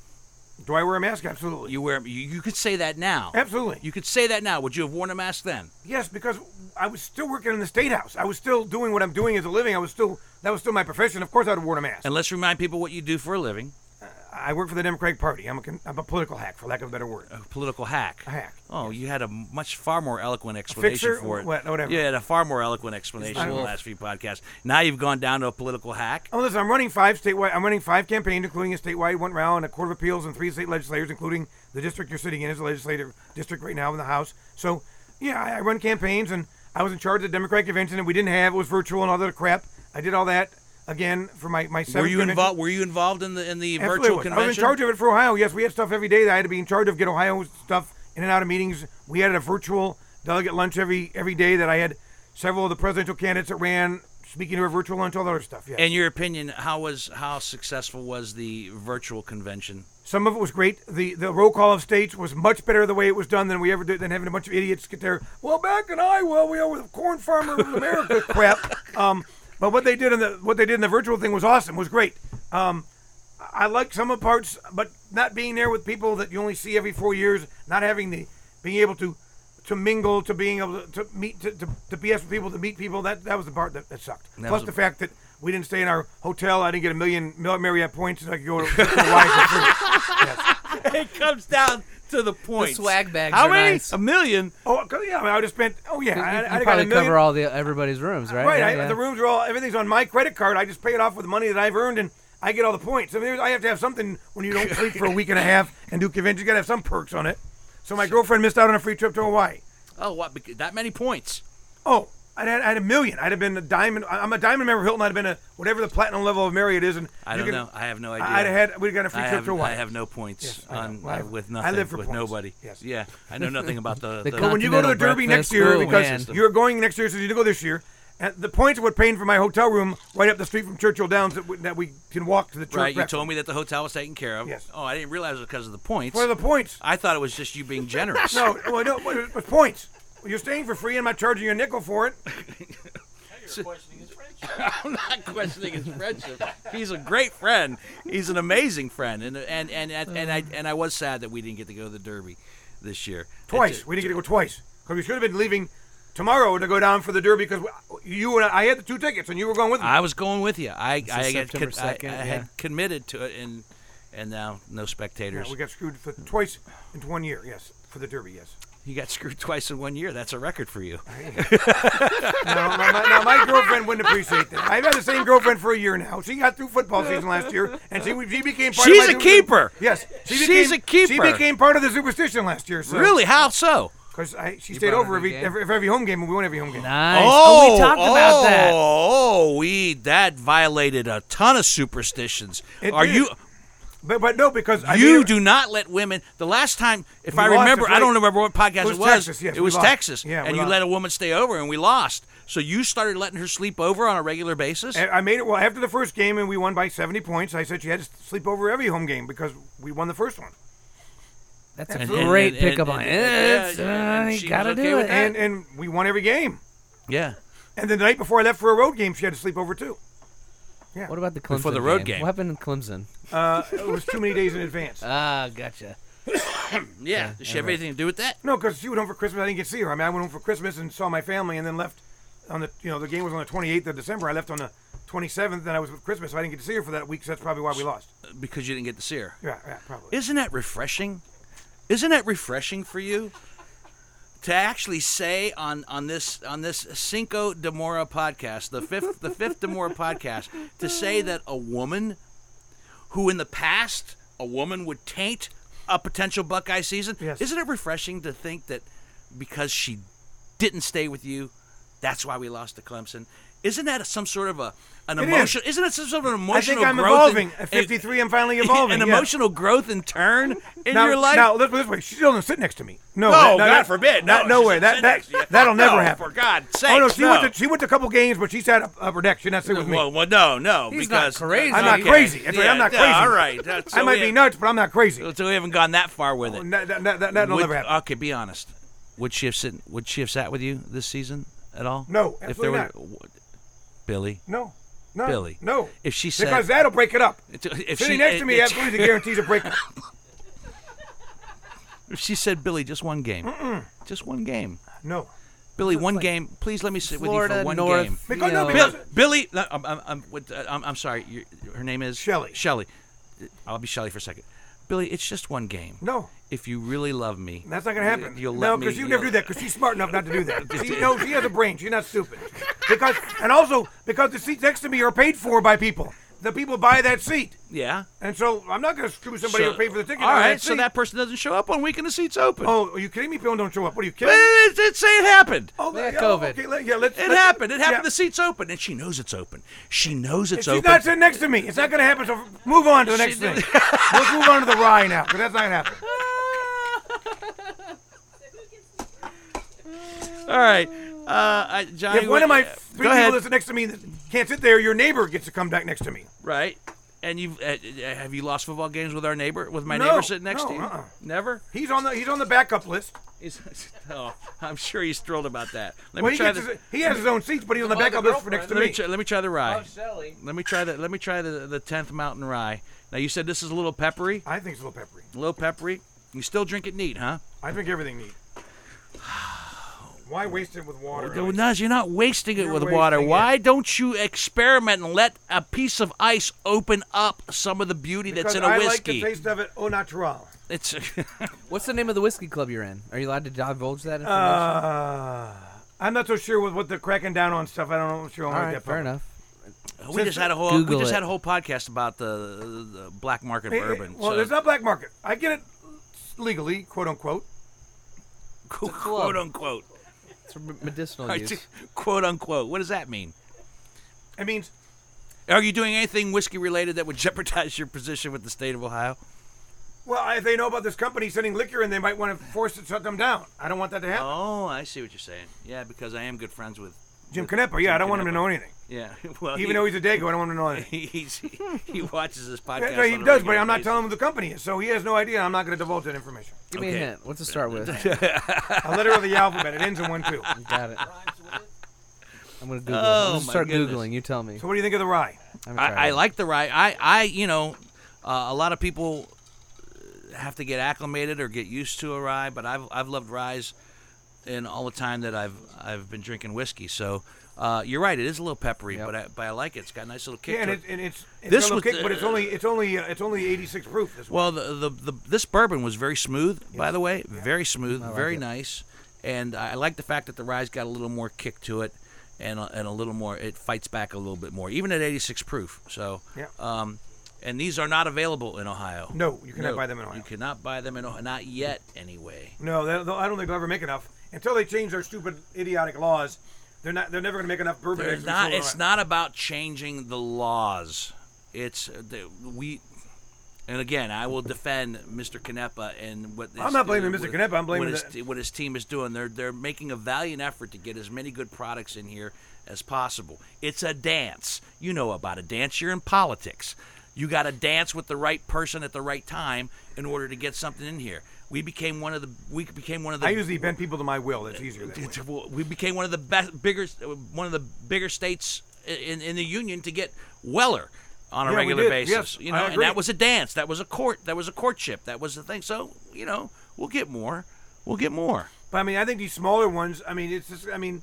Speaker 3: Do I wear a mask? Absolutely.
Speaker 2: You wear. You, you could say that now.
Speaker 3: Absolutely.
Speaker 2: You could say that now. Would you have worn a mask then?
Speaker 3: Yes, because I was still working in the state house. I was still doing what I'm doing as a living. I was still that was still my profession. Of course, I'd have worn a mask.
Speaker 2: And let's remind people what you do for a living.
Speaker 3: I work for the Democratic Party. I'm a, con- I'm a political hack, for lack of a better word.
Speaker 2: A political hack.
Speaker 3: A hack.
Speaker 2: Oh, you had a much far more eloquent explanation
Speaker 3: fixer?
Speaker 2: for it.
Speaker 3: What- whatever.
Speaker 2: You had a far more eloquent explanation in the
Speaker 1: Wolf.
Speaker 2: last few podcasts. Now you've gone down to a political hack.
Speaker 3: Oh, listen, I'm running five statewide. I'm running five campaigns, including a statewide one round, a court of appeals, and three state legislators, including the district you're sitting in is a legislative district right now in the House. So, yeah, I, I run campaigns, and I was in charge of the Democratic convention, and we didn't have it was virtual and all that crap. I did all that again for my
Speaker 2: Were
Speaker 3: my. Oh, seventh
Speaker 2: you
Speaker 3: convention.
Speaker 2: involved? Were you involved in the in the
Speaker 3: Absolutely
Speaker 2: virtual
Speaker 3: was.
Speaker 2: convention?
Speaker 3: I was in charge of it for Ohio. Yes, we had stuff every day that I had to be in charge of, get Ohio stuff in and out of meetings. We had a virtual delegate lunch every every day that I had several of the presidential candidates that ran speaking to a virtual lunch, all that other stuff. Yeah.
Speaker 2: In your opinion, how was how successful was the virtual convention?
Speaker 3: Some of it was great. The the roll call of states was much better the way it was done than we ever did than having a bunch of idiots get there. Well, back in Iowa, we are with corn farmer of America crap. Um, but what they did in the what they did in the virtual thing was awesome. Was great. Um, I like some of the parts, but not being there with people that you only see every four years, not having the being able to to mingle, to being able to, to meet, to, to, to BS with people, to meet people. That that was the part that, that sucked. Plus
Speaker 2: was a-
Speaker 3: the fact that we didn't stay in our hotel. I didn't get a million Marriott points, and I could go to, to Hawaii for free.
Speaker 2: It comes down to the point.
Speaker 1: swag bags
Speaker 2: How
Speaker 1: are
Speaker 2: many?
Speaker 1: nice.
Speaker 2: A million.
Speaker 3: Oh, 'cause, yeah, I, mean, I would have spent. Oh yeah,
Speaker 1: You,
Speaker 3: I,
Speaker 1: you
Speaker 3: I'd have got a
Speaker 1: probably
Speaker 3: million.
Speaker 1: cover all the everybody's rooms, right?
Speaker 3: right,
Speaker 1: Yeah,
Speaker 3: I,
Speaker 1: yeah.
Speaker 3: the rooms are all everything's on my credit card. I just pay it off with the money that I've earned, and I get all the points. I mean, there's- I have to have something when you don't sleep for a week and a half and do conventions. You got to have some perks on it. So my girlfriend missed out on a free trip to Hawaii.
Speaker 2: Oh, what? bec- That many points?
Speaker 3: Oh, I'd had, I had a million. I'd have been a diamond. I- I'm a diamond member of Hilton. I'd have been a whatever the platinum level of Marriott is, and
Speaker 2: I
Speaker 3: you
Speaker 2: don't
Speaker 3: could-
Speaker 2: know. I have no idea.
Speaker 3: I'd have had. We'd got a free
Speaker 2: I
Speaker 3: trip
Speaker 2: have,
Speaker 3: to
Speaker 2: I
Speaker 3: Hawaii.
Speaker 2: have no points
Speaker 3: I know.
Speaker 2: on, uh,
Speaker 3: Well, I-
Speaker 2: with
Speaker 3: I
Speaker 2: nothing.
Speaker 3: live for
Speaker 2: with
Speaker 3: points.
Speaker 2: nobody.
Speaker 3: Yes.
Speaker 2: Yeah, I know nothing about the.
Speaker 1: The
Speaker 2: the-
Speaker 1: con-
Speaker 3: But when you go to the
Speaker 1: Continental
Speaker 3: Derby
Speaker 1: breakfast,
Speaker 3: next year,
Speaker 1: oh,
Speaker 3: because
Speaker 1: man.
Speaker 3: you're going next year, so you need to go this year. And the points would pay for my hotel room right up the street from Churchill Downs that we, that we can walk to the church.
Speaker 2: right, you
Speaker 3: breakfast.
Speaker 2: told me that the hotel was taken care of.
Speaker 3: Yes.
Speaker 2: Oh, I didn't realize it was because of the points.
Speaker 3: What are the points?
Speaker 2: I thought it was just you being generous.
Speaker 3: No, well, no, what- it was points. You're staying for free, and I'm not charging you a nickel for it.
Speaker 2: I'm not questioning his friendship. He's a great friend. He's an amazing friend, and and and and, and I and I was sad that we didn't get to go to the Derby this year.
Speaker 3: Twice. We didn't get to go twice because we should have been leaving tomorrow to go down for the Derby because you and I, I had the two tickets, and you were going with me.
Speaker 2: I was going with you. I I, had,
Speaker 1: September
Speaker 2: con- I-
Speaker 1: 2nd,
Speaker 2: I
Speaker 1: yeah.
Speaker 2: had committed to it, and and now no
Speaker 3: Yeah,
Speaker 2: spectators.
Speaker 3: we got screwed for twice in one year. Yes, for the Derby. Yes.
Speaker 2: you got screwed twice in one year. That's a record for you.
Speaker 3: No, my, my, now my girlfriend wouldn't appreciate that. I've had the same girlfriend for a year now. She got through football season last year, and she she became part
Speaker 2: She's
Speaker 3: of my
Speaker 2: a keeper.
Speaker 3: Yes,
Speaker 2: She's
Speaker 3: became-
Speaker 2: a keeper.
Speaker 3: She became part of the superstition last year. So,
Speaker 2: Really? How so?
Speaker 3: Because she stayed
Speaker 1: brought her
Speaker 3: over
Speaker 1: to the
Speaker 3: every,
Speaker 1: game?
Speaker 3: every every home game, and we won every home game.
Speaker 1: Nice. Oh, we talked about that.
Speaker 2: Oh, we that violated a ton of superstitions.
Speaker 3: It
Speaker 2: Are
Speaker 3: did.
Speaker 2: you?
Speaker 3: But but no, because I
Speaker 2: you
Speaker 3: mean,
Speaker 2: do not let women. The last time, if
Speaker 3: We
Speaker 2: I
Speaker 3: lost,
Speaker 2: remember,
Speaker 3: that's
Speaker 2: I don't
Speaker 3: right.
Speaker 2: remember what podcast
Speaker 3: It
Speaker 2: it
Speaker 3: was
Speaker 2: was.
Speaker 3: Texas, yes,
Speaker 2: it
Speaker 3: we
Speaker 2: was
Speaker 3: lost.
Speaker 2: Texas,
Speaker 3: Yeah, we
Speaker 2: and you
Speaker 3: lost.
Speaker 2: let a woman stay over, and we lost. So you started letting her sleep over on a regular basis.
Speaker 3: I I made it. Well, after the first game, and we won by 70 points. I said she had to sleep over every home game because we won the first one.
Speaker 1: That's a
Speaker 2: And- and-
Speaker 1: great
Speaker 2: and-
Speaker 1: pickup
Speaker 2: and-
Speaker 1: line.
Speaker 2: and-
Speaker 1: It's,
Speaker 2: yeah, yeah,
Speaker 1: uh,
Speaker 2: and
Speaker 1: you
Speaker 2: she
Speaker 1: gotta
Speaker 2: was okay
Speaker 1: do
Speaker 2: with
Speaker 1: it.
Speaker 2: that.
Speaker 3: And and we won every game.
Speaker 2: yeah,
Speaker 3: And then the night before I left for a road game, she had to sleep over too.
Speaker 1: What about the Clemson
Speaker 2: Before the road game.
Speaker 1: What happened in Clemson?
Speaker 3: Uh, it was too many days in
Speaker 2: Uh,
Speaker 3: advance.
Speaker 1: Ah, gotcha.
Speaker 2: yeah. Does she have anything to do with that?
Speaker 3: No, because she went home for Christmas. I didn't get to see her. I mean, I went home for Christmas and saw my family, and then left on the you know the game was on the 28th of December. I left on the 27th, and I was with Christmas. So I didn't get to see her for that week. So that's probably why we lost.
Speaker 2: Because you didn't get to see her.
Speaker 3: Yeah, yeah, probably.
Speaker 2: Isn't that refreshing? Isn't that refreshing for you? To actually say on, on this on this Cinco de Mora podcast, the fifth the fifth de Mora podcast, to say that a woman who in the past a woman would taint a potential Buckeye season,
Speaker 3: Yes.
Speaker 2: isn't it refreshing to think that because she didn't stay with you, that's why we lost to Clemson? Isn't that some sort of a an
Speaker 3: It is.
Speaker 2: emotion? Isn't it some sort of an
Speaker 3: I
Speaker 2: emotional?
Speaker 3: think I'm
Speaker 2: growth in-
Speaker 3: evolving. At
Speaker 2: in-
Speaker 3: 53, I'm finally evolving.
Speaker 2: an
Speaker 3: yeah.
Speaker 2: emotional growth and turn in
Speaker 3: now,
Speaker 2: your life.
Speaker 3: Now, let's put it this way. She still doesn't sit next to me. No,
Speaker 2: No,
Speaker 3: that- that-
Speaker 2: God forbid. No,
Speaker 3: that- no
Speaker 2: she
Speaker 3: way.
Speaker 2: should
Speaker 3: That
Speaker 2: sit
Speaker 3: that
Speaker 2: next to you.
Speaker 3: that'll never
Speaker 2: No,
Speaker 3: happen.
Speaker 2: for God's
Speaker 3: Oh no,
Speaker 2: sakes,
Speaker 3: she went
Speaker 2: no.
Speaker 3: to she went to a couple games, but she sat up upper deck. She did not sit with me.
Speaker 2: well, well, no, no,
Speaker 1: He's not
Speaker 2: because uh,
Speaker 1: crazy.
Speaker 3: I'm not
Speaker 1: okay.
Speaker 3: crazy. That's right. I'm not
Speaker 2: yeah,
Speaker 3: crazy.
Speaker 2: All right, That's-
Speaker 3: I
Speaker 2: so
Speaker 3: might
Speaker 2: we
Speaker 3: be nuts, but I'm not crazy.
Speaker 2: haven't- So we haven't gone that far with it.
Speaker 3: That, that, that, that'll
Speaker 2: Would-
Speaker 3: never happen.
Speaker 2: Okay, be honest. Would she have sit? Would she have sat with you this season at all?
Speaker 3: No,
Speaker 2: if there
Speaker 3: absolutely
Speaker 2: were,
Speaker 3: not.
Speaker 2: w- Billy.
Speaker 3: no, no,
Speaker 2: Billy,
Speaker 3: No,
Speaker 2: if she said-
Speaker 3: because that'll break it up.
Speaker 2: If
Speaker 3: Sitting
Speaker 2: she,
Speaker 3: next to me
Speaker 2: if,
Speaker 3: absolutely guarantees a breakup.
Speaker 2: if she said, "Billy, just one game, just one game,
Speaker 3: No,
Speaker 2: Billy, one game. Please let me sit
Speaker 1: Florida
Speaker 2: with you for one
Speaker 1: North.
Speaker 2: game."
Speaker 3: Because- no,
Speaker 1: Field.
Speaker 3: because-
Speaker 2: Bill, Billy, no, I'm, I'm, I'm, with- uh, I'm, I'm sorry. Your, her name is
Speaker 3: Shelley.
Speaker 2: Shelly. I'll be Shelly for a second. Billy, it's just one game.
Speaker 3: no,
Speaker 2: If you really love me,
Speaker 3: that's not gonna happen.
Speaker 2: You'll
Speaker 3: no,
Speaker 2: let me-
Speaker 3: because you never
Speaker 2: you'll-
Speaker 3: do that. Because she's smart enough not to do that. she knows she has a brain. She's not stupid. Because and also because the seats next to me are paid for by people. the people buy that seat.
Speaker 2: Yeah.
Speaker 3: And so I'm not going to screw somebody
Speaker 2: So-
Speaker 3: who paid for the ticket.
Speaker 2: All
Speaker 3: out of
Speaker 2: right,
Speaker 3: that
Speaker 2: so
Speaker 3: seat.
Speaker 2: that person doesn't show up on weekend the seat's open.
Speaker 3: Oh, are you kidding me? People don't show up. What are you
Speaker 2: But
Speaker 3: kidding?
Speaker 2: it, it, say it happened.
Speaker 3: Oh,
Speaker 1: Yeah,
Speaker 3: oh,
Speaker 1: COVID.
Speaker 3: okay, let- yeah, let's,
Speaker 2: It
Speaker 3: let's-
Speaker 2: happened. It happened.
Speaker 3: yeah.
Speaker 2: The seat's open, and she knows it's open. She knows it's
Speaker 3: She's
Speaker 2: open.
Speaker 3: not sitting next to me. It's not going to happen. So move on to the next
Speaker 2: She-
Speaker 3: thing. Let's move on to the rye now, because that's not going to happen.
Speaker 2: All right, uh, I, Johnny.
Speaker 3: If one of
Speaker 2: what-
Speaker 3: my
Speaker 2: uh,
Speaker 3: three
Speaker 2: go
Speaker 3: people
Speaker 2: ahead.
Speaker 3: that's next to me that can't sit there, your neighbor gets to come back next to me.
Speaker 2: right, and you have uh, uh, have you lost football games with our neighbor, with my
Speaker 3: No,
Speaker 2: neighbor sitting next
Speaker 3: no,
Speaker 2: to you?
Speaker 3: uh-uh.
Speaker 2: Never.
Speaker 3: He's on the he's on the backup list.
Speaker 2: He's, oh, I'm sure he's thrilled about that. Let
Speaker 3: Well,
Speaker 2: me
Speaker 3: he,
Speaker 2: try
Speaker 3: gets
Speaker 2: the.
Speaker 3: his, he has his own seats, but he's on the
Speaker 1: Well, the
Speaker 3: backup list for next to
Speaker 2: let, me
Speaker 3: me. "Oh,
Speaker 2: try, let me try the rye.
Speaker 1: Shelly.
Speaker 2: Let me try the. Let me try the the tenth mountain rye. Now you said this is a little peppery,
Speaker 3: I think it's a little peppery.
Speaker 2: a little peppery. You still drink it neat, huh?
Speaker 3: I think everything neat. Why waste it with water?
Speaker 2: Oh, No, no, you're not wasting it
Speaker 3: You're
Speaker 2: with water.
Speaker 3: wasting it.
Speaker 2: Why don't you experiment and let a piece of ice open up some of the beauty
Speaker 3: Because
Speaker 2: that's in a
Speaker 3: I like
Speaker 2: whiskey?
Speaker 3: the taste of it Oh, au natural.
Speaker 2: it's
Speaker 1: What's the name of the whiskey club you're in? Are you allowed to divulge that information?
Speaker 3: Uh, I'm not so sure with what they're cracking down on stuff. I don't know. Sure,
Speaker 1: All
Speaker 3: on what
Speaker 1: right,
Speaker 3: that
Speaker 1: fair
Speaker 3: part.
Speaker 1: enough.
Speaker 2: we just had a whole
Speaker 1: Google
Speaker 2: we just
Speaker 1: it.
Speaker 2: had a whole podcast about the, the black market
Speaker 3: Hey, hey,
Speaker 2: for urban.
Speaker 3: eh, well,
Speaker 2: so-
Speaker 3: there's not black market. I get it legally, quote unquote.
Speaker 2: quote,
Speaker 1: club.
Speaker 2: unquote.
Speaker 1: It's for m- medicinal
Speaker 2: All right,
Speaker 1: use.
Speaker 2: quote unquote. What does that mean?
Speaker 3: It means
Speaker 2: Are you doing anything whiskey related that would jeopardize your position with the state of Ohio?
Speaker 3: Well, if they know about this company sending liquor in, they might want to force it shut them down. I don't want that to happen.
Speaker 2: Oh, I see what you're saying. Yeah, because I am good friends with.
Speaker 3: Jim Canepa, yeah, I don't want him to
Speaker 2: Oh, Canepa.
Speaker 3: know anything.
Speaker 2: Yeah, well,
Speaker 3: Even
Speaker 2: he,
Speaker 3: though he's a dago, I don't want him to know anything.
Speaker 2: he, he's, he watches this podcast.
Speaker 3: Yeah, no, he
Speaker 2: on a
Speaker 3: does, but
Speaker 2: regular
Speaker 3: I'm not
Speaker 2: basis.
Speaker 3: telling him who the company is, so he has no idea. I'm not going to divulge that information.
Speaker 1: Give me
Speaker 2: Okay.
Speaker 1: a hint. What's it start with?
Speaker 3: A letter of the alphabet. It ends in one two.
Speaker 1: Got it. I'm gonna Google.
Speaker 2: Oh,
Speaker 1: I'm gonna
Speaker 2: my
Speaker 1: start
Speaker 2: goodness.
Speaker 1: googling. You tell me.
Speaker 3: So what do you think of the rye?
Speaker 1: I'm gonna try
Speaker 2: I, I
Speaker 1: it.
Speaker 2: like the rye. I, I you know, uh, a lot of people have to get acclimated or get used to a rye, but I've, I've loved ryes in all the time that I've I've been drinking whiskey. So uh, you're right, it is a little peppery,
Speaker 1: Yep.
Speaker 2: but I, but I like it. It's got a nice little kick.
Speaker 3: Yeah, and,
Speaker 2: to
Speaker 3: it, and it's it's
Speaker 2: This
Speaker 3: a little
Speaker 2: was
Speaker 3: kick,
Speaker 2: the-
Speaker 3: but it's only it's only uh, it's only 86 proof. This one.
Speaker 2: Well, the, the the this bourbon was very smooth, by the way, very smooth, very
Speaker 1: it.
Speaker 2: nice, and I like the fact that the rye's got a little more kick to it, and a, and a little more. It fights back a little bit more, even at 86 proof. So,
Speaker 3: Yeah.
Speaker 2: um, and these are not available in Ohio.
Speaker 3: No, you cannot buy them in Ohio.
Speaker 2: You cannot buy them in Ohio, not yet, anyway.
Speaker 3: No, they, they'll- I don't think they'll ever make enough until they change their stupid idiotic laws. They're not. They're never going to make enough bourbon.
Speaker 2: They're
Speaker 3: to
Speaker 2: not.
Speaker 3: sell
Speaker 2: It's
Speaker 3: rye.
Speaker 2: not about changing the laws. It's uh, the, we. And again, I will defend Mr. Canepa and what.
Speaker 3: I'm not blaming Mr.
Speaker 2: what-
Speaker 3: Canepa, I'm blaming
Speaker 2: what his,
Speaker 3: the-
Speaker 2: te- what his team is doing. They're they're making a valiant effort to get as many good products in here as possible. It's a dance. You know about a dance. You're in politics. You got to dance with the right person at the right time in order to get something in here. We became one of the. We became one of the.
Speaker 3: I usually bend people to my will. That's easier. That way.
Speaker 2: It's- well, we became one of the best, bigger, one of the bigger states i- in, in the union to get Weller on a
Speaker 3: Yeah, we
Speaker 2: regular
Speaker 3: did.
Speaker 2: basis.
Speaker 3: Yes,
Speaker 2: you
Speaker 3: I
Speaker 2: know, and
Speaker 3: agree.
Speaker 2: that was a dance. That was a court. That was a courtship. That was the thing. So you know, we'll get more. We'll get more.
Speaker 3: But I mean, I think these smaller ones. I mean, it's just. I mean,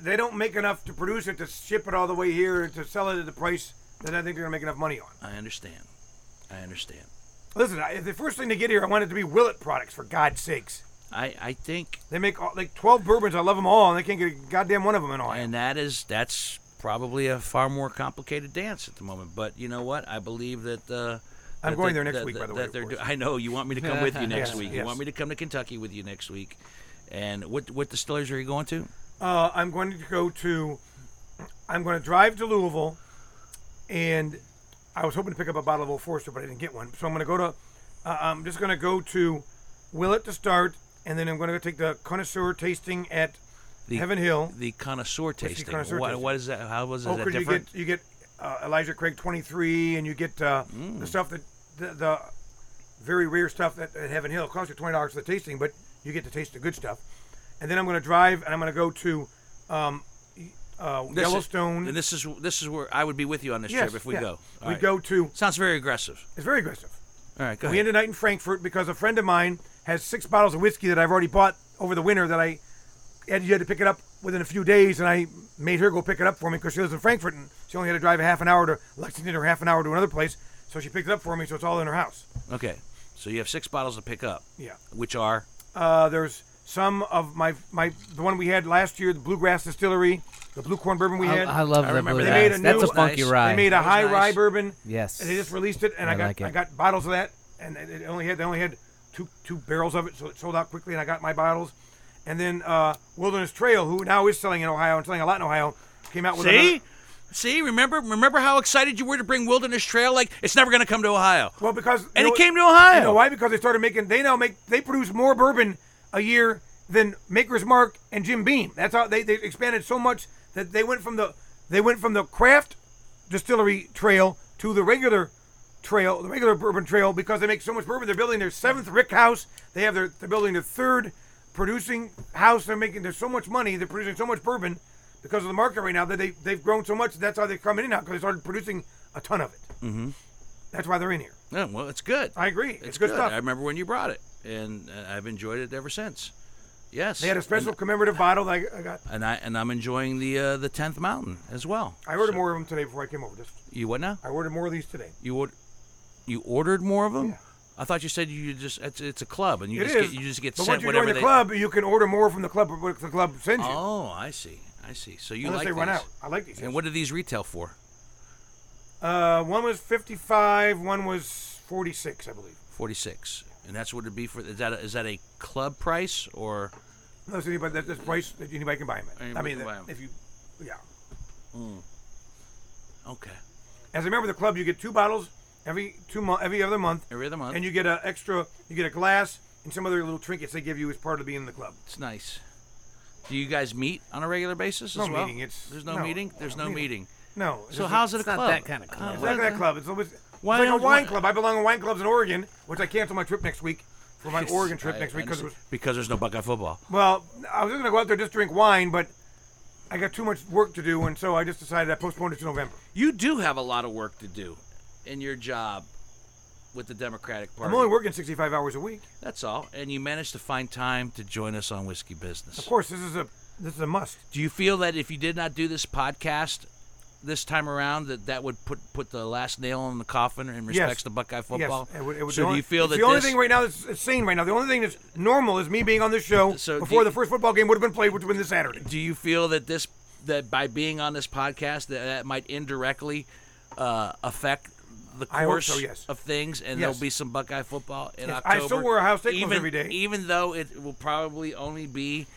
Speaker 3: they don't make enough to produce it to ship it all the way here to sell it at the price that I think they're gonna make enough money on.
Speaker 2: I understand. I understand.
Speaker 3: Listen, I, the first thing to get here, I want it to be Willet products for God's sakes.
Speaker 2: I I think,
Speaker 3: They make all, like 12 bourbons. I love them all, and they can't get a goddamn one of them in Ohio.
Speaker 2: and that is that's probably a far more complicated dance at the moment. But you know what? I believe that. Uh,
Speaker 3: I'm
Speaker 2: that
Speaker 3: going
Speaker 2: they-
Speaker 3: there next
Speaker 2: that-
Speaker 3: week, by
Speaker 2: that-
Speaker 3: the way,
Speaker 2: that
Speaker 3: of
Speaker 2: they're do-
Speaker 3: course.
Speaker 2: I know you want me to come with you next
Speaker 3: Yes,
Speaker 2: week. You
Speaker 3: yes.
Speaker 2: want me to come to Kentucky with you next week. And what what distilleries are you going to?
Speaker 3: Uh, I'm going to go to. I'm going to drive to Louisville, and I was hoping to pick up a bottle of Old Forester, but I didn't get one. So I'm going to go to. Uh, I'm just going to go to Willet to start, and then I'm going to take the connoisseur tasting at Heaven Hill.
Speaker 2: the connoisseur tasting.
Speaker 3: connoisseur
Speaker 2: what,
Speaker 3: tasting.
Speaker 2: what is that? How was that? Is
Speaker 3: Oak
Speaker 2: that
Speaker 3: Ridge, you get
Speaker 2: different?
Speaker 3: you get uh, Elijah Craig 23, and you get uh,
Speaker 2: Mm.
Speaker 3: the stuff that the, the very rare stuff that at Heaven Hill it costs you twenty dollars for the tasting, but you get to taste the good stuff. And then I'm going to drive, and I'm going to go to um, uh,
Speaker 2: This is-
Speaker 3: Yellowstone.
Speaker 2: and this is this is where I would be with you on this trip if we
Speaker 3: yeah.
Speaker 2: go.
Speaker 3: We
Speaker 2: All right.
Speaker 3: go to.
Speaker 2: Sounds very aggressive.
Speaker 3: It's very aggressive.
Speaker 2: All right, go
Speaker 3: We
Speaker 2: ahead.
Speaker 3: ended the night in Frankfurt because a friend of mine has six bottles of whiskey that I've already bought over the winter that I had, you had to pick it up within a few days, and I made her go pick it up for me because she lives in Frankfurt and she only had to drive a half an hour to Lexington or half an hour to another place, so she picked it up for me. So it's all in her house.
Speaker 2: Okay, so you have six bottles to pick up.
Speaker 3: Yeah.
Speaker 2: Which are
Speaker 3: Uh, there's some of my my the one we had last year, the Bluegrass Distillery. the blue corn bourbon we
Speaker 1: I,
Speaker 3: had.
Speaker 1: I love
Speaker 2: I
Speaker 1: the
Speaker 2: remember
Speaker 1: blue
Speaker 2: that.
Speaker 3: They made
Speaker 1: Dice.
Speaker 3: a
Speaker 1: That's a
Speaker 3: new-
Speaker 1: funky
Speaker 2: Nice.
Speaker 1: rye.
Speaker 3: They made a
Speaker 2: That was
Speaker 3: high
Speaker 2: nice.
Speaker 3: rye bourbon.
Speaker 1: Yes.
Speaker 3: And they just released it, and I,
Speaker 1: I
Speaker 3: got
Speaker 1: like it.
Speaker 3: I got bottles of that, and it it only had they only had two two barrels of it, so it sold out quickly, and I got my bottles. And then uh, Wilderness Trail, who now is selling in Ohio and selling a lot in Ohio, came out with
Speaker 2: See?
Speaker 3: another-
Speaker 2: See, remember remember how excited you were to bring Wilderness Trail? Like, it's never going to come to Ohio.
Speaker 3: well because you
Speaker 2: And
Speaker 3: know
Speaker 2: it
Speaker 3: what-
Speaker 2: came to Ohio.
Speaker 3: You know why? Because they started making. They now make. They produce more bourbon a year than Maker's Mark and Jim Beam. That's how they, they expanded so much that they went from the they went from the craft distillery trail to the regular trail, the regular bourbon trail, because they make so much bourbon. They're building their seventh rick house. They have their they're building their third producing house. They're making there's so much money. They're producing so much bourbon because of the market right now that they they've grown so much. That's how they're coming in now because they started producing a ton of it. Mm-hmm. That's why they're in here.
Speaker 2: Yeah, well, it's good.
Speaker 3: I agree. It's, good, stuff.
Speaker 2: I remember when you brought it, and uh, I've enjoyed it ever since. Yes.
Speaker 3: They had a special commemorative bottle that I, I got.
Speaker 2: And I and I'm enjoying the uh, the tenth mountain as well.
Speaker 3: I ordered more of them today before I came over. Just
Speaker 2: You what now?
Speaker 3: I ordered more of these today.
Speaker 2: You ordered you ordered more of them?
Speaker 3: Yeah.
Speaker 2: I thought you said you just it's, it's a club and you
Speaker 3: It
Speaker 2: just
Speaker 3: is.
Speaker 2: get you just get
Speaker 3: but
Speaker 2: sent
Speaker 3: once you
Speaker 2: whatever
Speaker 3: join the
Speaker 2: they
Speaker 3: club, you can order more from the club. or What the club sends you.
Speaker 2: Oh, I see. I see. So you
Speaker 3: unless
Speaker 2: like
Speaker 3: they run
Speaker 2: these.
Speaker 3: out. I like these.
Speaker 2: And what do these retail for?
Speaker 3: Uh, one was fifty-five. One was forty-six, I believe.
Speaker 2: 46. And that's what it'd be for is that a, is that a club price or
Speaker 3: Unless anybody that, that's price that anybody can buy them. At. I
Speaker 2: Anybody can
Speaker 3: mean, that-
Speaker 2: buy 'em.
Speaker 3: if you, yeah.
Speaker 2: okay.
Speaker 3: As I remember, the club you get two bottles every two month, every other month,
Speaker 2: Every other month.
Speaker 3: and you get a extra. You get a glass and some other little trinkets they give you as part of being in the club.
Speaker 2: It's nice. Do you guys meet on a regular basis
Speaker 3: No
Speaker 2: as well?
Speaker 3: meeting, it's-
Speaker 2: There's no,
Speaker 3: no,
Speaker 2: meeting. There's no
Speaker 3: no meeting.
Speaker 2: meeting.
Speaker 3: No.
Speaker 2: So
Speaker 3: it's-
Speaker 2: how's it a
Speaker 4: it's not
Speaker 2: club?
Speaker 4: that kinda club.
Speaker 3: It's
Speaker 2: what-
Speaker 3: not that club. It's, always, it's
Speaker 2: Why
Speaker 3: like a
Speaker 2: don't-
Speaker 3: wine
Speaker 2: why-
Speaker 3: club. I belong to a wine clubs in Oregon, which I canceled my trip next week for my Oregon trip
Speaker 2: I
Speaker 3: next week because
Speaker 2: understand. because there's no Buckeye football.
Speaker 3: well, I was just gonna go out there just drink wine, but I got too much work to do, and so I just decided I postponed it to November.
Speaker 2: You do have a lot of work to do in your job with the Democratic Party.
Speaker 3: I'm only working 65 hours a week.
Speaker 2: That's all. And you managed to find time to join us on Whiskey Business.
Speaker 3: Of course, this is a this is a must.
Speaker 2: Do you feel that if you did not do this podcast this time around, that that would put put the last nail in the coffin in respects to Buckeye football?
Speaker 3: Yes, it would, it would
Speaker 2: so
Speaker 3: the
Speaker 2: do
Speaker 3: only-
Speaker 2: you feel
Speaker 3: it's
Speaker 2: that
Speaker 3: the only
Speaker 2: this,
Speaker 3: thing right now that's that's sane right now, the only thing that's normal is me being on this show
Speaker 2: So do
Speaker 3: before
Speaker 2: you-
Speaker 3: the first football game would have been played, which would have been this Saturday.
Speaker 2: do you feel that this that by being on this podcast that, that might indirectly uh, affect the
Speaker 3: I hope
Speaker 2: course
Speaker 3: so, yes.
Speaker 2: of things, and
Speaker 3: Yes.
Speaker 2: there'll be some Buckeye football in
Speaker 3: Yes, I
Speaker 2: October.
Speaker 3: still wear Ohio State clothes
Speaker 2: even,
Speaker 3: every day.
Speaker 2: even though it will probably only be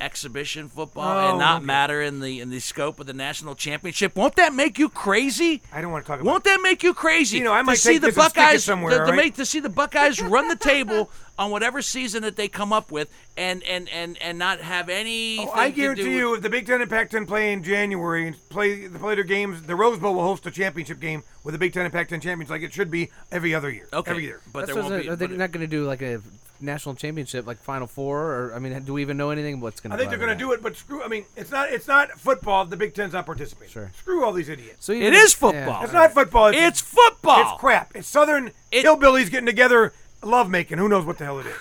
Speaker 2: exhibition football
Speaker 3: Oh,
Speaker 2: and not
Speaker 3: okay.
Speaker 2: matter in the in the scope of the national championship. Won't that make you crazy?
Speaker 3: I don't want to talk about.
Speaker 2: Won't that make you crazy?
Speaker 3: You know, I
Speaker 2: to
Speaker 3: might
Speaker 2: see
Speaker 3: take
Speaker 2: the
Speaker 3: this and stick it
Speaker 2: Buckeyes
Speaker 3: somewhere,
Speaker 2: to, to
Speaker 3: all right?
Speaker 2: make to see the Buckeyes run the table on whatever season that they come up with, and and and and not have any.
Speaker 3: Oh, I guarantee you, if the Big Ten and Pac-10 play in January and play the play their games, the Rose Bowl will host a championship game with the Big Ten and Pac-10 champions, like it should be every other year.
Speaker 2: Okay,
Speaker 3: every year.
Speaker 2: but
Speaker 1: That's what
Speaker 2: there won't
Speaker 1: I'm
Speaker 2: be.
Speaker 1: saying. Are they
Speaker 2: but it-
Speaker 1: not going to do like a national championship, like Final Four? Or I mean, do we even know anything? What's going
Speaker 3: I
Speaker 1: to?
Speaker 3: think they're going to do it, but screw. I mean, it's not. It's not football. The Big Ten's not participating.
Speaker 1: Sure.
Speaker 3: Screw all these idiots.
Speaker 1: So
Speaker 2: It
Speaker 1: even
Speaker 2: is
Speaker 1: if-
Speaker 2: football.
Speaker 3: It's not football. It's,
Speaker 2: It's football.
Speaker 3: It's crap. It's Southern
Speaker 2: It-
Speaker 3: hillbillies getting together, love making. Who knows what the hell it is?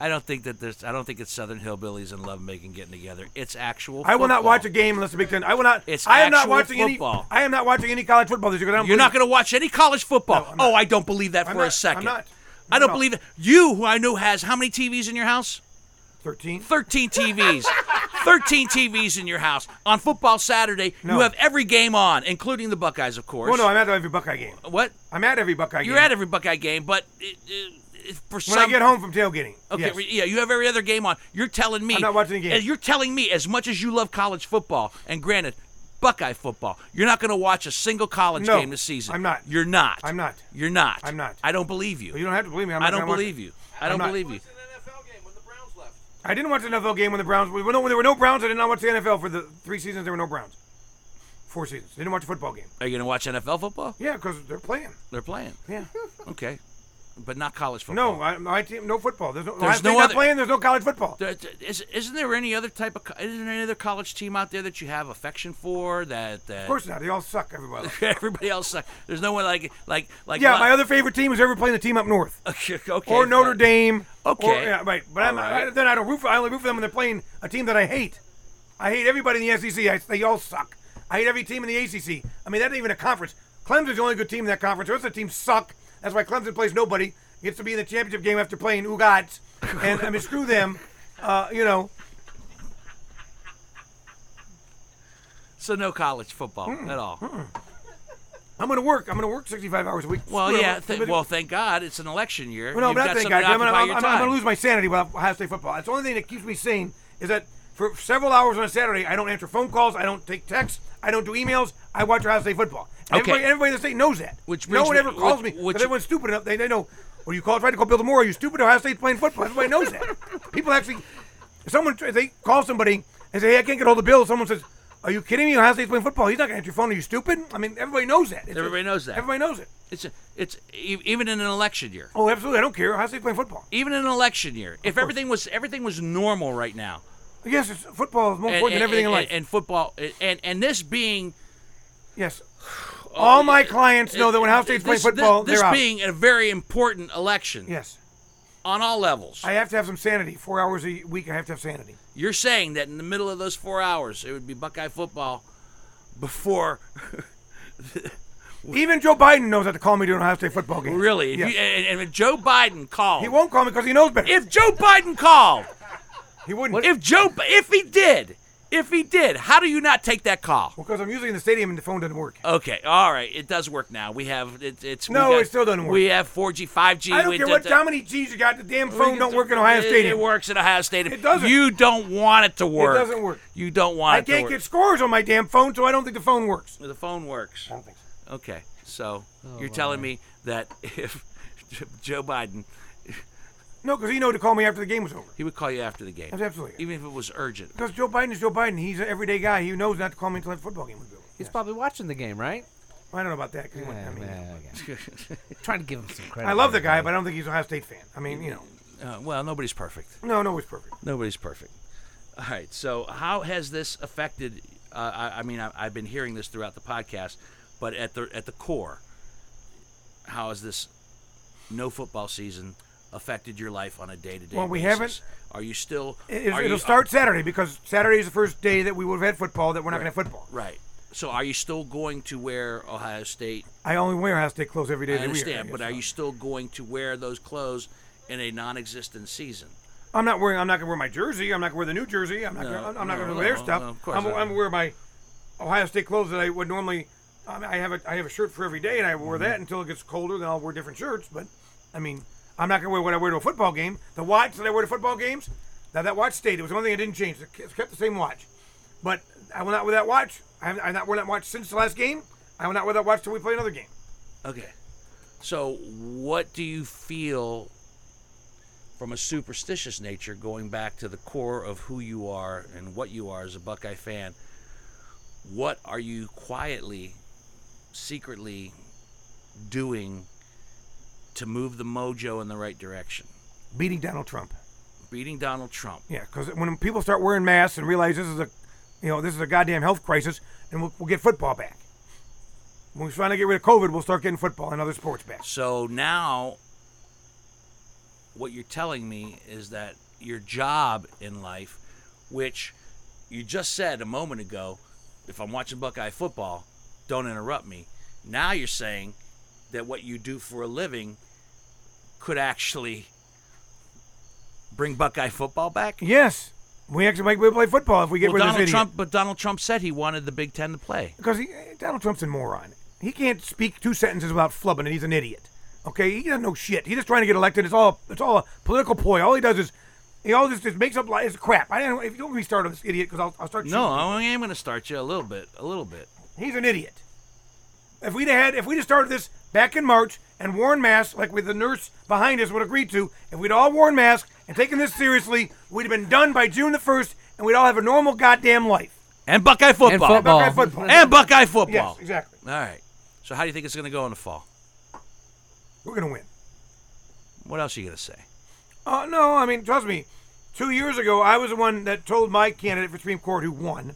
Speaker 2: I don't think that there's. I don't think it's Southern hillbillies and lovemaking getting together. It's actual.
Speaker 3: I will not
Speaker 2: football.
Speaker 3: watch a game unless the Big Ten. I will not.
Speaker 2: It's
Speaker 3: I am not
Speaker 2: actual
Speaker 3: watching
Speaker 2: football.
Speaker 3: any. I am not watching any college football this year. 'cause I don't
Speaker 2: You're
Speaker 3: believe
Speaker 2: not going to watch any college football.
Speaker 3: I'm
Speaker 2: oh, I don't believe that
Speaker 3: I'm
Speaker 2: for
Speaker 3: not-
Speaker 2: a
Speaker 3: I'm
Speaker 2: 2nd
Speaker 3: not.
Speaker 2: I don't
Speaker 3: No.
Speaker 2: believe it. You, who I know has how many TVs in your house?
Speaker 3: thirteen.
Speaker 2: 13 TVs. 13 TVs in your house. On football Saturday, you
Speaker 3: No.
Speaker 2: have every game on, including the Buckeyes, of course.
Speaker 3: Well, no, I'm at every Buckeye game.
Speaker 2: What?
Speaker 3: I'm at every Buckeye game.
Speaker 2: You're at every Buckeye game, but it, it, it, for
Speaker 3: when
Speaker 2: some.
Speaker 3: I get home from tailgating.
Speaker 2: Okay,
Speaker 3: yes.
Speaker 2: re- yeah, you have every other game on. You're telling me.
Speaker 3: I'm not watching the game.
Speaker 2: and You're telling me as much as you love college football, and granted, Buckeye football, you're not going to watch a single college
Speaker 3: No,
Speaker 2: game this season.
Speaker 3: I'm not.
Speaker 2: You're not.
Speaker 3: I'm not.
Speaker 2: You're not.
Speaker 3: I'm not.
Speaker 2: I don't believe you.
Speaker 3: You don't have to believe me. I'm
Speaker 2: I
Speaker 3: not
Speaker 2: don't
Speaker 3: gonna watch
Speaker 2: believe
Speaker 3: it.
Speaker 2: you. I don't
Speaker 3: not.
Speaker 2: believe you.
Speaker 3: I didn't watch an NFL game when the Browns. When there were no Browns, I did not watch the NFL for the three seasons. There were no Browns. Four seasons. Didn't watch a football game.
Speaker 2: Are you going to watch NFL football?
Speaker 3: Yeah, because they're playing.
Speaker 2: They're playing.
Speaker 3: Yeah.
Speaker 2: Okay. But not college football.
Speaker 3: No, I, my team. No football. There's no.
Speaker 2: There's
Speaker 3: if
Speaker 2: no
Speaker 3: they're not
Speaker 2: other-
Speaker 3: playing. There's no college football.
Speaker 2: There- there- is- Isn't there any other type of co- isn't there any other college team out there that you have affection for that, that
Speaker 3: Of course not. They all suck. Everybody.
Speaker 2: everybody else like, there's no one like like like
Speaker 3: Yeah,
Speaker 2: Lon-
Speaker 3: my other favorite team was ever playing the team up north
Speaker 2: okay,
Speaker 3: or Notre
Speaker 2: fine.
Speaker 3: Dame.
Speaker 2: Okay.
Speaker 3: Or, yeah, right. But I'm,
Speaker 2: All right.
Speaker 3: I, then I don't root for. I only root for them when they're playing a team that I hate. I hate everybody in the SEC. I, they all suck. I hate every team in the ACC. I mean, that's even a conference. Clemson's the only good team in that conference. The rest of the teams suck. That's why Clemson plays nobody. Gets to be in the championship game after playing Ugats. And I mean, screw them. Uh, you know.
Speaker 2: So no college football
Speaker 3: Mm,
Speaker 2: at all.
Speaker 3: I'm going to work. I'm going to work 65 hours a week.
Speaker 2: Well,
Speaker 3: I'm gonna
Speaker 2: yeah.
Speaker 3: work.
Speaker 2: Th-
Speaker 3: But-
Speaker 2: well, thank God it's an election year.
Speaker 3: Well, no,
Speaker 2: You've
Speaker 3: but
Speaker 2: got
Speaker 3: not thank
Speaker 2: something
Speaker 3: God.
Speaker 2: to
Speaker 3: I'm, gonna-
Speaker 2: occupy
Speaker 3: I'm,
Speaker 2: your
Speaker 3: I'm, I'm
Speaker 2: time.
Speaker 3: going to lose my sanity with Ohio State football. That's the only thing that keeps me sane is that for several hours on a Saturday, I don't answer phone calls, I don't take texts, I don't do emails. I watch Ohio State football. And
Speaker 2: Okay.
Speaker 3: Everybody, everybody in the state knows that.
Speaker 2: Which
Speaker 3: no
Speaker 2: brings
Speaker 3: one
Speaker 2: me-
Speaker 3: ever calls
Speaker 2: which-
Speaker 3: me
Speaker 2: which-
Speaker 3: because everyone's stupid enough. They, they know. Well, you called, tried to call Bill DeMore. Are you stupid? Ohio State's playing football. Everybody knows that. People actually, if someone if they call somebody and say, "Hey, I can't get hold of Bill," someone says, "Are you kidding me? Ohio State's playing football. He's not going to answer your phone. Are you stupid?" I mean, everybody knows that. It's-
Speaker 2: Everybody knows that.
Speaker 3: Everybody knows it.
Speaker 2: It's a, it's e- even in an election year.
Speaker 3: Oh, absolutely. I don't care. Ohio State's playing football.
Speaker 2: Even in an election year. If everything was everything was normal right now.
Speaker 3: Yes, it's, football is more important than everything
Speaker 2: and,
Speaker 3: in life.
Speaker 2: and football and and this being
Speaker 3: yes. All my clients know that when Ohio State's playing
Speaker 2: this,
Speaker 3: football,
Speaker 2: this,
Speaker 3: they're out.
Speaker 2: being a very important election
Speaker 3: Yes.
Speaker 2: on all levels.
Speaker 3: I have to have some sanity. Four hours a week, I have to have sanity.
Speaker 2: You're saying that in the middle of those four hours, it would be Buckeye football before
Speaker 3: Even Joe Biden knows how to call me during Ohio State football games.
Speaker 2: really. If
Speaker 3: Yes.
Speaker 2: you, and, and if Joe Biden called,
Speaker 3: he won't call me because he knows better.
Speaker 2: if Joe Biden called,
Speaker 3: he wouldn't.
Speaker 2: if Joe, if he did, if he did, how do you not take that call?
Speaker 3: because I'm usually in the stadium and the phone doesn't work.
Speaker 2: Okay, all right, it does work now. We have it, it's we
Speaker 3: No,
Speaker 2: got-
Speaker 3: it still doesn't work.
Speaker 2: We have 4G, 5G.
Speaker 3: I don't
Speaker 2: we
Speaker 3: care
Speaker 2: did
Speaker 3: what
Speaker 2: the-
Speaker 3: how many G's you got. The damn
Speaker 2: we
Speaker 3: phone
Speaker 2: did
Speaker 3: don't
Speaker 2: the-
Speaker 3: work in Ohio
Speaker 2: it- It
Speaker 3: Stadium.
Speaker 2: works at Ohio Stadium.
Speaker 3: It doesn't.
Speaker 2: You don't want it to work.
Speaker 3: doesn't work.
Speaker 2: You don't want
Speaker 3: I
Speaker 2: it
Speaker 3: can't
Speaker 2: to work.
Speaker 3: get scores on my damn phone, so I don't think the phone works.
Speaker 2: the phone works.
Speaker 3: think so.
Speaker 2: Okay, so you're telling me that if Joe Biden,
Speaker 3: No, because he know to call me after the game was over.
Speaker 2: he would call you after the game,
Speaker 3: That's absolutely.
Speaker 2: even if it was urgent.
Speaker 3: Because Joe Biden is Joe Biden. He's an everyday guy. He knows not to call me until the football game was over.
Speaker 1: He's probably watching the game, right?
Speaker 3: I don't know about that. 'cause he went- I,
Speaker 1: Yeah,
Speaker 3: mean,
Speaker 1: man, okay. Trying to give him some credit.
Speaker 3: I love the
Speaker 1: there.
Speaker 3: guy, but I don't think he's an Ohio State fan. I mean, you know,
Speaker 2: Uh, well, nobody's perfect.
Speaker 3: no, no, he's perfect.
Speaker 2: Nobody's perfect. All right. So, how has this affected? Uh, I, I mean, I, I've been hearing this throughout the podcast, but at the at the core, how has this no football season affected your life on a day to day?
Speaker 3: Well, we haven't-
Speaker 2: Are you still?
Speaker 3: It, it'll
Speaker 2: are you- uh,
Speaker 3: start Saturday because Saturday is the first day that we would have had football that we're not going to have football.
Speaker 2: right. So, are you still going to wear Ohio State?
Speaker 3: I only wear Ohio State clothes every day.
Speaker 2: I
Speaker 3: of the year,
Speaker 2: understand, but
Speaker 3: guess.
Speaker 2: are you still going to wear those clothes in a non-existent season?
Speaker 3: I'm not wearing. I'm not going to wear my jersey. I'm not going to wear the new jersey. I'm not. gonna, I'm, I'm not
Speaker 2: no,
Speaker 3: going to wear
Speaker 2: no,
Speaker 3: their stuff.
Speaker 2: no, of course
Speaker 3: I'm,
Speaker 2: not.
Speaker 3: I'm going to wear my Ohio State clothes that I would normally. I, mean, I have a I have a shirt for every day, and I
Speaker 2: Mm-hmm.
Speaker 3: wear that until it gets colder. Then I'll wear different shirts. But I mean, I'm not going to wear what I wear to a football game. The watch that I wear to football games. Now that watch stayed. It was the only thing I didn't change. It kept the same watch. But I will not wear that watch. I have, I have not worn that watch since the last game. I will not wear that watch till we play another game.
Speaker 2: Okay. So, what do you feel from a superstitious nature, going back to the core of who you are and what you are as a Buckeye fan? What are you quietly, secretly doing to move the mojo in the right direction?
Speaker 3: Beating Donald Trump.
Speaker 2: Beating Donald Trump.
Speaker 3: Yeah, because when people start wearing masks and realize this is a, you know, this is a goddamn health crisis, and we'll, we'll get football back. When we finally get rid of COVID, we'll start getting football and other sports back.
Speaker 2: So now, what you're telling me is that your job in life, which you just said a moment ago, if I'm watching Buckeye football, don't interrupt me. Now you're saying that what you do for a living could actually bring Buckeye football back.
Speaker 3: Yes, we actually might be able to play football if we get
Speaker 2: Well,
Speaker 3: rid of
Speaker 2: Donald
Speaker 3: this
Speaker 2: Trump, but Donald Trump said he wanted the Big Ten to play.
Speaker 3: Because eh, Donald Trump's a moron. He can't speak two sentences without flubbing it. He's an idiot. Okay, he doesn't know shit. He's just trying to get elected. It's all it's all a political ploy. All he does is he all just, just makes up lies. It's crap. I don't. If you don't get me started on this idiot, because I'll, I'll start.
Speaker 2: No,
Speaker 3: shooting people.
Speaker 2: I am going to start you a little bit, a little bit.
Speaker 3: He's an idiot. If we'd had, if we'd have started this back in March and worn masks like with the nurse behind us would agree to, if we'd all worn masks and taken this seriously, we'd have been done by June the first, and we'd all have a normal goddamn life.
Speaker 2: And Buckeye football.
Speaker 1: football.
Speaker 3: Buckeye football.
Speaker 2: Oh. And Buckeye football.
Speaker 3: yes, exactly.
Speaker 2: All right. So how do you think it's going to go in the fall?
Speaker 3: We're gonna win.
Speaker 2: What else are you going to say?
Speaker 3: Oh no, I mean, trust me. Two years ago, I was the one that told my candidate for Supreme Court who won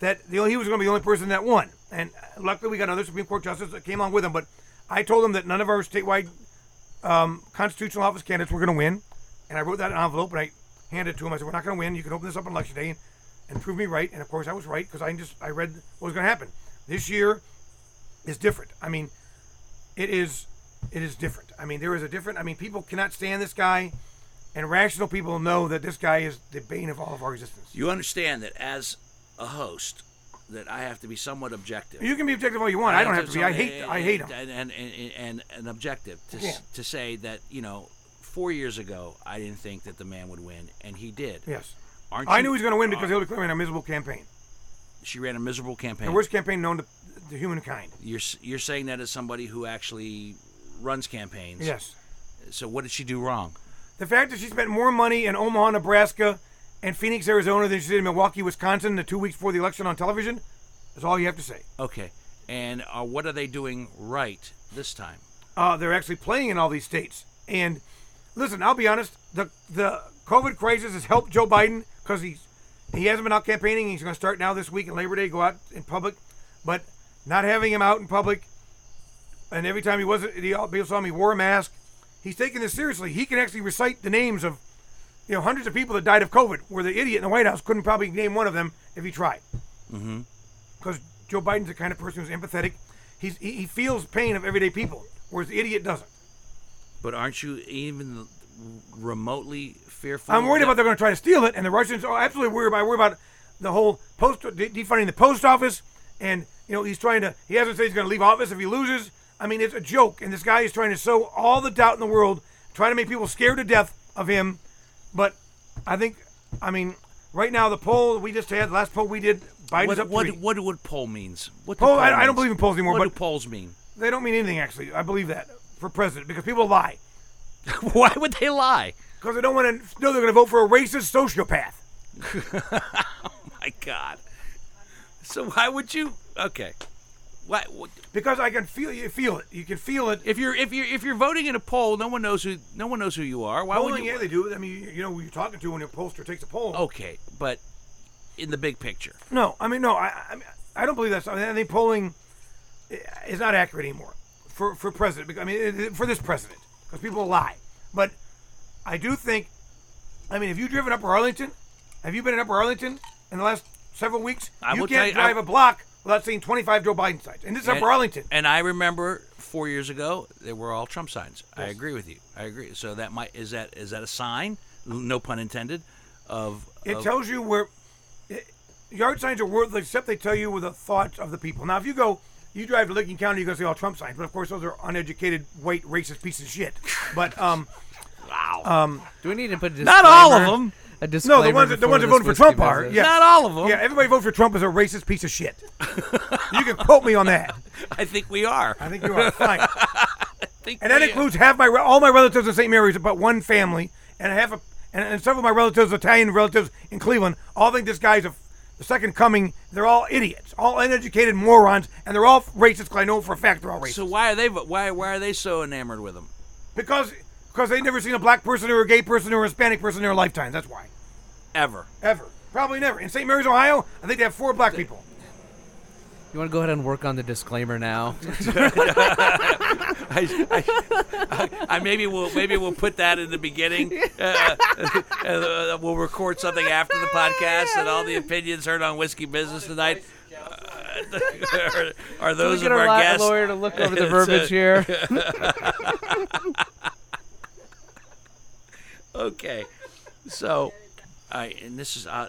Speaker 3: that the only, he was going to be the only person that won. And uh, luckily, we got another Supreme Court justice that came along with him. But I told him that none of our statewide um, constitutional office candidates were going to win. And I wrote that in an envelope and I handed it to him. I said, "We're not going to win. You can open this up on election day and, and prove me right." And of course, I was right because I just I read what was going to happen. This year is different. I mean, it is it is different. I mean, there is a different. I mean, people cannot stand this guy, and rational people know that this guy is the bane of all of our existence.
Speaker 2: You understand that as a host, that I have to be somewhat objective.
Speaker 3: You can be objective all you want. I don't have to be. I hate. I hate them.
Speaker 2: And and, and, and an objective to,
Speaker 3: Yeah.
Speaker 2: s to say that you know, four years ago, I didn't think that the man would win, and he did.
Speaker 3: Yes.
Speaker 2: Aren't
Speaker 3: I
Speaker 2: you- Uh,
Speaker 3: knew he was going to win because Hillary Clinton ran a miserable campaign,
Speaker 2: She ran a miserable campaign.
Speaker 3: the worst campaign known to, to humankind.
Speaker 2: You're s- you're saying that as somebody who actually runs campaigns.
Speaker 3: Yes.
Speaker 2: So what did she do wrong?
Speaker 3: The fact that she spent more money in Omaha, Nebraska, and Phoenix, Arizona, than she did in Milwaukee, Wisconsin, the two weeks before the election on television, is all you have to say.
Speaker 2: Okay. And uh, what are they doing right this time?
Speaker 3: uh, they're actually playing in all these states. And listen, I'll be honest, the the COVID crisis has helped Joe Biden because he's he hasn't been out campaigning. He's going to start now this week and Labor Day, go out in public. But not having him out in public, and every time he wasn't, he, people saw him, he wore a mask. He's taking this seriously. He can actually recite the names of you know hundreds of people that died of COVID. Where the idiot in the White House couldn't probably name one of them if he tried because Joe Biden's the kind of person who's empathetic. He's, he, he feels pain of everyday people, whereas the idiot doesn't.
Speaker 2: But aren't you even remotely fearful?
Speaker 3: I'm worried
Speaker 2: that-
Speaker 3: about they're going to try to steal it, and the Russians are absolutely worried about. I worry about the whole post de- defunding the post office, and you know he's trying to. He hasn't said he's going to leave office if he loses. I mean, it's a joke, and this guy is trying to sow all the doubt in the world, trying to make people scared to death of him. But I think, I mean, right now the poll we just had, the last poll we did, Biden's
Speaker 2: What
Speaker 3: up
Speaker 2: what,
Speaker 3: three.
Speaker 2: what what poll means? What do
Speaker 3: Poll- I- I don't
Speaker 2: means?
Speaker 3: believe in polls anymore,
Speaker 2: What do
Speaker 3: but-
Speaker 2: polls mean?
Speaker 3: They don't mean anything actually. I believe that for president because people lie.
Speaker 2: Why would they lie?
Speaker 3: because they don't want to know they're going to vote for a racist sociopath.
Speaker 2: My God. So why would you? Okay. Why? What,
Speaker 3: Because I can feel you feel it. You can feel it.
Speaker 2: if you're if you're if you're voting in a poll, no one knows who no one knows who you are. Why would
Speaker 3: Polling,
Speaker 2: you? Oh.
Speaker 3: yeah, they do. I mean, you, you know who you're talking to when a pollster takes a poll.
Speaker 2: Okay, but in the big picture,
Speaker 3: no, I mean, no, I, I, mean, I don't believe that's. I, mean, I think polling i- is not accurate anymore for for president. Because, I mean, it- it- for this president, because people lie. But I do think, I mean, have you driven up Arlington? Have you been in Upper Arlington in the last several weeks?
Speaker 2: I
Speaker 3: you
Speaker 2: will
Speaker 3: can't
Speaker 2: tell you- I-
Speaker 3: drive a block without seeing 25 Joe Biden signs, and this is
Speaker 2: And-
Speaker 3: Upper Arlington.
Speaker 2: and I remember four years ago they were all Trump signs. I agree with you. I agree. So that might is that is that a sign? No pun intended. Of
Speaker 3: It
Speaker 2: of-
Speaker 3: tells you where it, yard signs are worthless, except they tell you with the thoughts of the people. Now, if you go, you drive to Licking County, you're going to see all Trump signs, but of course, those are uneducated, white, racist pieces of shit. But um,
Speaker 2: wow.
Speaker 1: Do we need to put a
Speaker 2: Not all of
Speaker 1: disclaimer-
Speaker 2: them.
Speaker 1: A
Speaker 3: no,
Speaker 1: disclaimer
Speaker 3: the ones that the
Speaker 1: before
Speaker 3: ones that
Speaker 1: this
Speaker 3: voted for
Speaker 1: whiskey
Speaker 3: Trump are
Speaker 1: visit?
Speaker 3: yeah,
Speaker 2: Not all of them.
Speaker 3: Yeah, everybody vote for Trump is a racist piece of shit. you can quote me on that.
Speaker 2: I think we are.
Speaker 3: I think you are fine.
Speaker 2: I think
Speaker 3: and that
Speaker 2: we-
Speaker 3: includes half my re- all my relatives in St. Mary's, but one family, and half a, and, and several of my relatives, Italian relatives in Cleveland, all think this guy's a, f- the second coming. They're all idiots, all uneducated morons, and they're all racist. 'cause I know for a fact they're all racist
Speaker 2: So why are they why why are they so enamored with them?
Speaker 3: because because they've never seen a black person or a gay person or a Hispanic person in their lifetimes. That's why,
Speaker 2: Ever.
Speaker 3: ever, probably never. In St. Mary's, Ohio, I think they have four black people.
Speaker 1: You want to go ahead and work on the disclaimer now?
Speaker 2: I, I, I- I maybe we'll maybe we'll put that in the beginning. Uh, uh, we'll record something after the podcast, and all the opinions heard on Whiskey Business tonight uh, are those
Speaker 1: Get
Speaker 2: of
Speaker 1: our
Speaker 2: our
Speaker 1: la-
Speaker 2: guests.
Speaker 1: lawyer to look over the
Speaker 2: It's, uh,
Speaker 1: verbiage here.
Speaker 2: Okay, so I and this is uh, uh,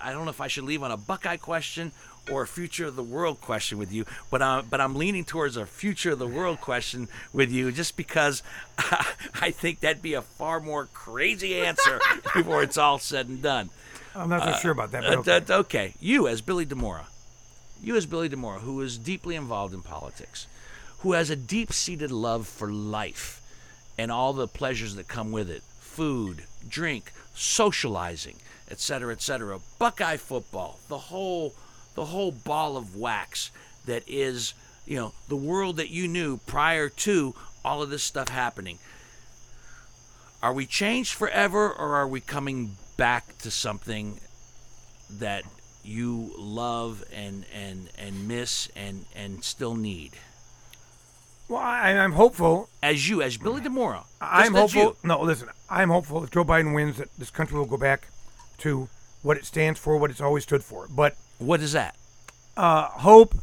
Speaker 2: I don't know if I should leave on a Buckeye question or a future of the world question with you, but uh, but I'm leaning towards a future of the world question with you just because I think that'd be a far more crazy answer before it's all said and done.
Speaker 3: I'm not so sure about that. But
Speaker 2: Uh,
Speaker 3: okay.
Speaker 2: d- d- okay, you as Billy Demora, you as Billy Demora, who is deeply involved in politics, who has a deep-seated love for life and all the pleasures that come with it: food, drink, socializing, etc., etc. Buckeye football, the whole, the whole ball of wax that is, you know, the world that you knew prior to all of this stuff happening. Are we changed forever, or are we coming back to something that you love and and and miss and and still need
Speaker 3: Well, I, I'm hopeful
Speaker 2: as you as Billy Demora. just
Speaker 3: I'm
Speaker 2: as
Speaker 3: hopeful. No, listen. I'm hopeful if Joe Biden wins that this country will go back to what it stands for, what it's always stood for. But
Speaker 2: you. What is that?
Speaker 3: uh, hope,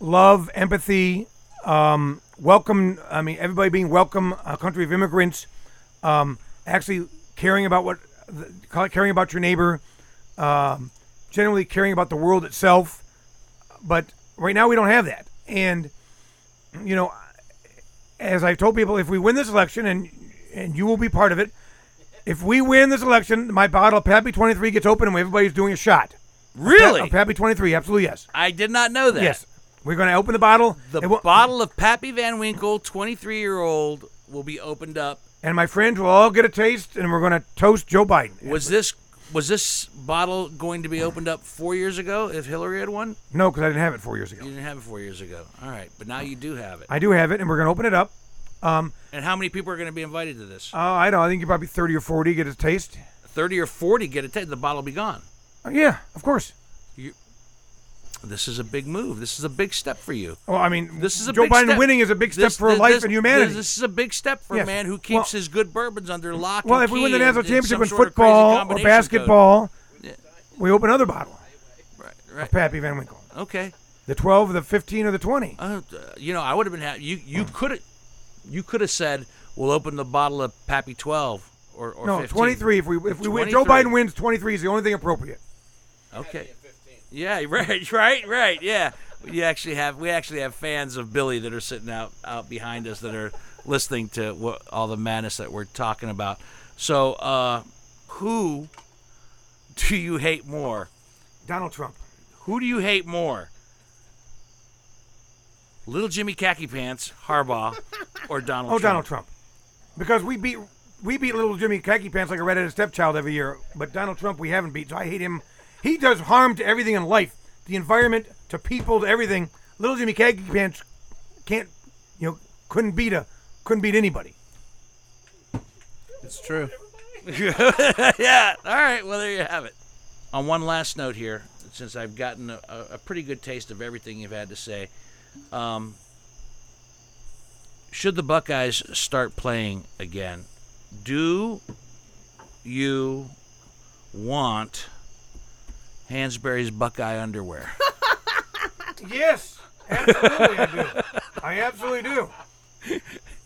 Speaker 3: love, empathy, um, welcome. I mean, everybody being welcome, a country of immigrants, um, actually caring about what, caring about your neighbor, um, generally caring about the world itself, But right now we don't have that. And you know, as I've told people, if we win this election, and and you will be part of it, if we win this election, my bottle of Pappy 23 gets open and everybody's doing a shot.
Speaker 2: Really?
Speaker 3: Of Pappy 23, absolutely yes.
Speaker 2: I did not know that.
Speaker 3: Yes. We're going to open the bottle.
Speaker 2: The
Speaker 3: and, we'll-
Speaker 2: bottle of Pappy Van Winkle, 23 year old, will be opened up.
Speaker 3: and my friends will all get a taste, and we're going to toast Joe Biden.
Speaker 2: Was this was this bottle going to be opened up four years ago if Hillary had won?
Speaker 3: No, because I didn't have it four years
Speaker 2: You
Speaker 3: ago.
Speaker 2: didn't have it four years ago. All right, but now you do have it.
Speaker 3: I do have it, and we're going to open it up. Um,
Speaker 2: And how many people are going to be invited to this?
Speaker 3: uh, I don't. I think you probably thirty or forty get a taste.
Speaker 2: 30 or 40 get a taste. The bottle will be gone.
Speaker 3: Uh, yeah, of course.
Speaker 2: This is a big move. This is a big step for you.
Speaker 3: Well, I mean,
Speaker 2: This is a
Speaker 3: Joe
Speaker 2: big
Speaker 3: Biden
Speaker 2: step.
Speaker 3: winning is a big step
Speaker 2: This-
Speaker 3: for
Speaker 2: this-
Speaker 3: life
Speaker 2: this-
Speaker 3: and humanity.
Speaker 2: This, this is a big step for a
Speaker 3: Yes.
Speaker 2: man who keeps
Speaker 3: Well-
Speaker 2: his good bourbons under lock.
Speaker 3: well,
Speaker 2: and
Speaker 3: if we win
Speaker 2: key
Speaker 3: the national
Speaker 2: and- and
Speaker 3: championship
Speaker 2: some
Speaker 3: in
Speaker 2: sort of crazy
Speaker 3: football or
Speaker 2: combination
Speaker 3: basketball,
Speaker 2: Yeah.
Speaker 3: we open another bottle.
Speaker 2: code. Right, right.
Speaker 3: Pappy Van Winkle,
Speaker 2: Okay.
Speaker 3: the twelve, the fifteen, or the twenty.
Speaker 2: Uh, you know, I would have been happy. You you could have you could have said we'll open the bottle of Pappy 12 or, or
Speaker 3: no,
Speaker 2: 15."
Speaker 3: twenty-three. If we if we win, Joe Biden
Speaker 2: 23.
Speaker 3: wins. Twenty-three is the only thing appropriate.
Speaker 2: Okay. Yeah, right, right, right. Yeah. You actually have we actually have fans of Billy that are sitting out out behind us that are listening to what, all the madness that we're talking about. So, uh who do you hate more?
Speaker 3: Donald Trump.
Speaker 2: Who do you hate more? Little Jimmy Khaki Pants, Harbaugh, or Donald
Speaker 3: Oh,
Speaker 2: Trump?
Speaker 3: Donald Trump, because we beat we beat little Jimmy Khaki Pants like a redheaded stepchild every year, but Donald Trump we haven't beat. So I hate him. He does harm to everything in life, the environment, to people, to everything. Little Jimmy Khaki Pants can't, you know, couldn't beat a couldn't beat anybody.
Speaker 1: It's true.
Speaker 2: yeah. All right. Well, there you have it. On one last note here, since I've gotten a, a a pretty good taste of everything you've had to say, um, should the Buckeyes start playing again, do you want Hansberry's Buckeye underwear?
Speaker 3: Yes, absolutely, I do. I absolutely do.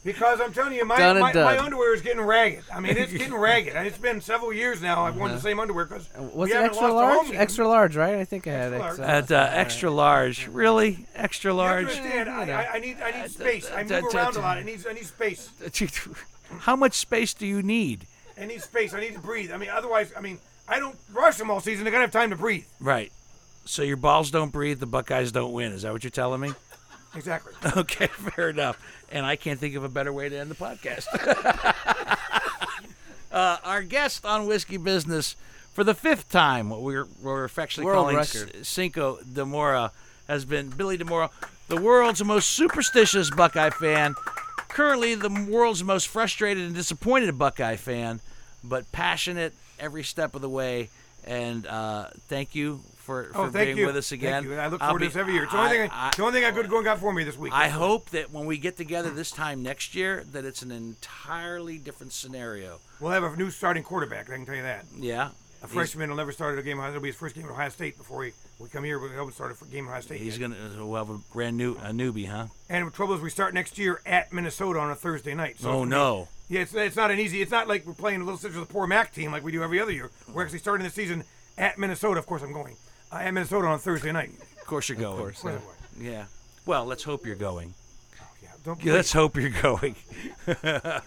Speaker 3: Because I'm telling you, my,
Speaker 1: Done and
Speaker 3: my, my
Speaker 1: done.
Speaker 3: underwear is getting ragged. I mean, it's getting ragged. And It's been several years now. I've worn the same underwear because
Speaker 1: Uh, Was
Speaker 3: we
Speaker 1: it
Speaker 3: haven't
Speaker 1: extra
Speaker 3: lost a home
Speaker 1: large?
Speaker 3: game.
Speaker 1: Extra large, right? I think I had
Speaker 3: Extra
Speaker 1: extra.
Speaker 3: large.
Speaker 2: At uh, extra large, really? Extra
Speaker 3: You have
Speaker 2: large?
Speaker 3: to understand,
Speaker 1: Yeah,
Speaker 3: I,
Speaker 1: you know.
Speaker 3: I, I need I need space. I
Speaker 2: d-
Speaker 3: move
Speaker 2: d-
Speaker 3: around
Speaker 2: d-
Speaker 3: a lot. I need I need space.
Speaker 2: How much space do you need?
Speaker 3: I need space. I need to breathe. I mean, otherwise, I mean, I don't rush them all season. I gotta have time to breathe.
Speaker 2: Right. So your balls don't breathe, the Buckeyes don't win. Is that what you're telling me?
Speaker 3: Exactly.
Speaker 2: Okay, fair enough. And I can't think of a better way to end the podcast. uh, our guest on Whiskey Business for the fifth time, what we're, we're affectionately
Speaker 1: World
Speaker 2: calling S-
Speaker 1: record.
Speaker 2: Cinco de Mora, has been Billy de Mora, the world's most superstitious Buckeye fan, currently the world's most frustrated and disappointed Buckeye fan, but passionate every step of the way. And uh, thank you for, for
Speaker 3: Oh, thank
Speaker 2: being
Speaker 3: you.
Speaker 2: with us
Speaker 3: Thank
Speaker 2: again.
Speaker 3: you. I look
Speaker 2: I'll
Speaker 3: forward
Speaker 2: be-
Speaker 3: to this every year. It's the only
Speaker 2: I-
Speaker 3: thing. I,
Speaker 2: I-
Speaker 3: it's the only thing I could go and got for me this week.
Speaker 2: I hope that when we get together this time next year, that it's an entirely different scenario.
Speaker 3: we'll have a new starting quarterback. I can tell you that.
Speaker 2: Yeah.
Speaker 3: A freshman will never start a game. It'll be his first game at Ohio State before he we come here. We haven't started for game at Ohio State.
Speaker 2: He's
Speaker 3: yet.
Speaker 2: gonna uh, we'll have a brand new a newbie, huh?
Speaker 3: And the trouble is, we start next year at Minnesota on a Thursday night. So
Speaker 2: Oh
Speaker 3: it's gonna be-
Speaker 2: no.
Speaker 3: Yeah, it's, it's not an easy. It's not like we're playing a little sister of the poor Mac team like we do every other year. We're actually starting the season at Minnesota. Of course, I'm going uh, at Minnesota on Thursday night.
Speaker 2: Of course you're going.
Speaker 1: course,
Speaker 3: Where
Speaker 1: yeah.
Speaker 3: am I?
Speaker 2: Yeah. Well, let's hope you're going.
Speaker 3: Yeah, don't
Speaker 2: Yeah, Let's hope you're going.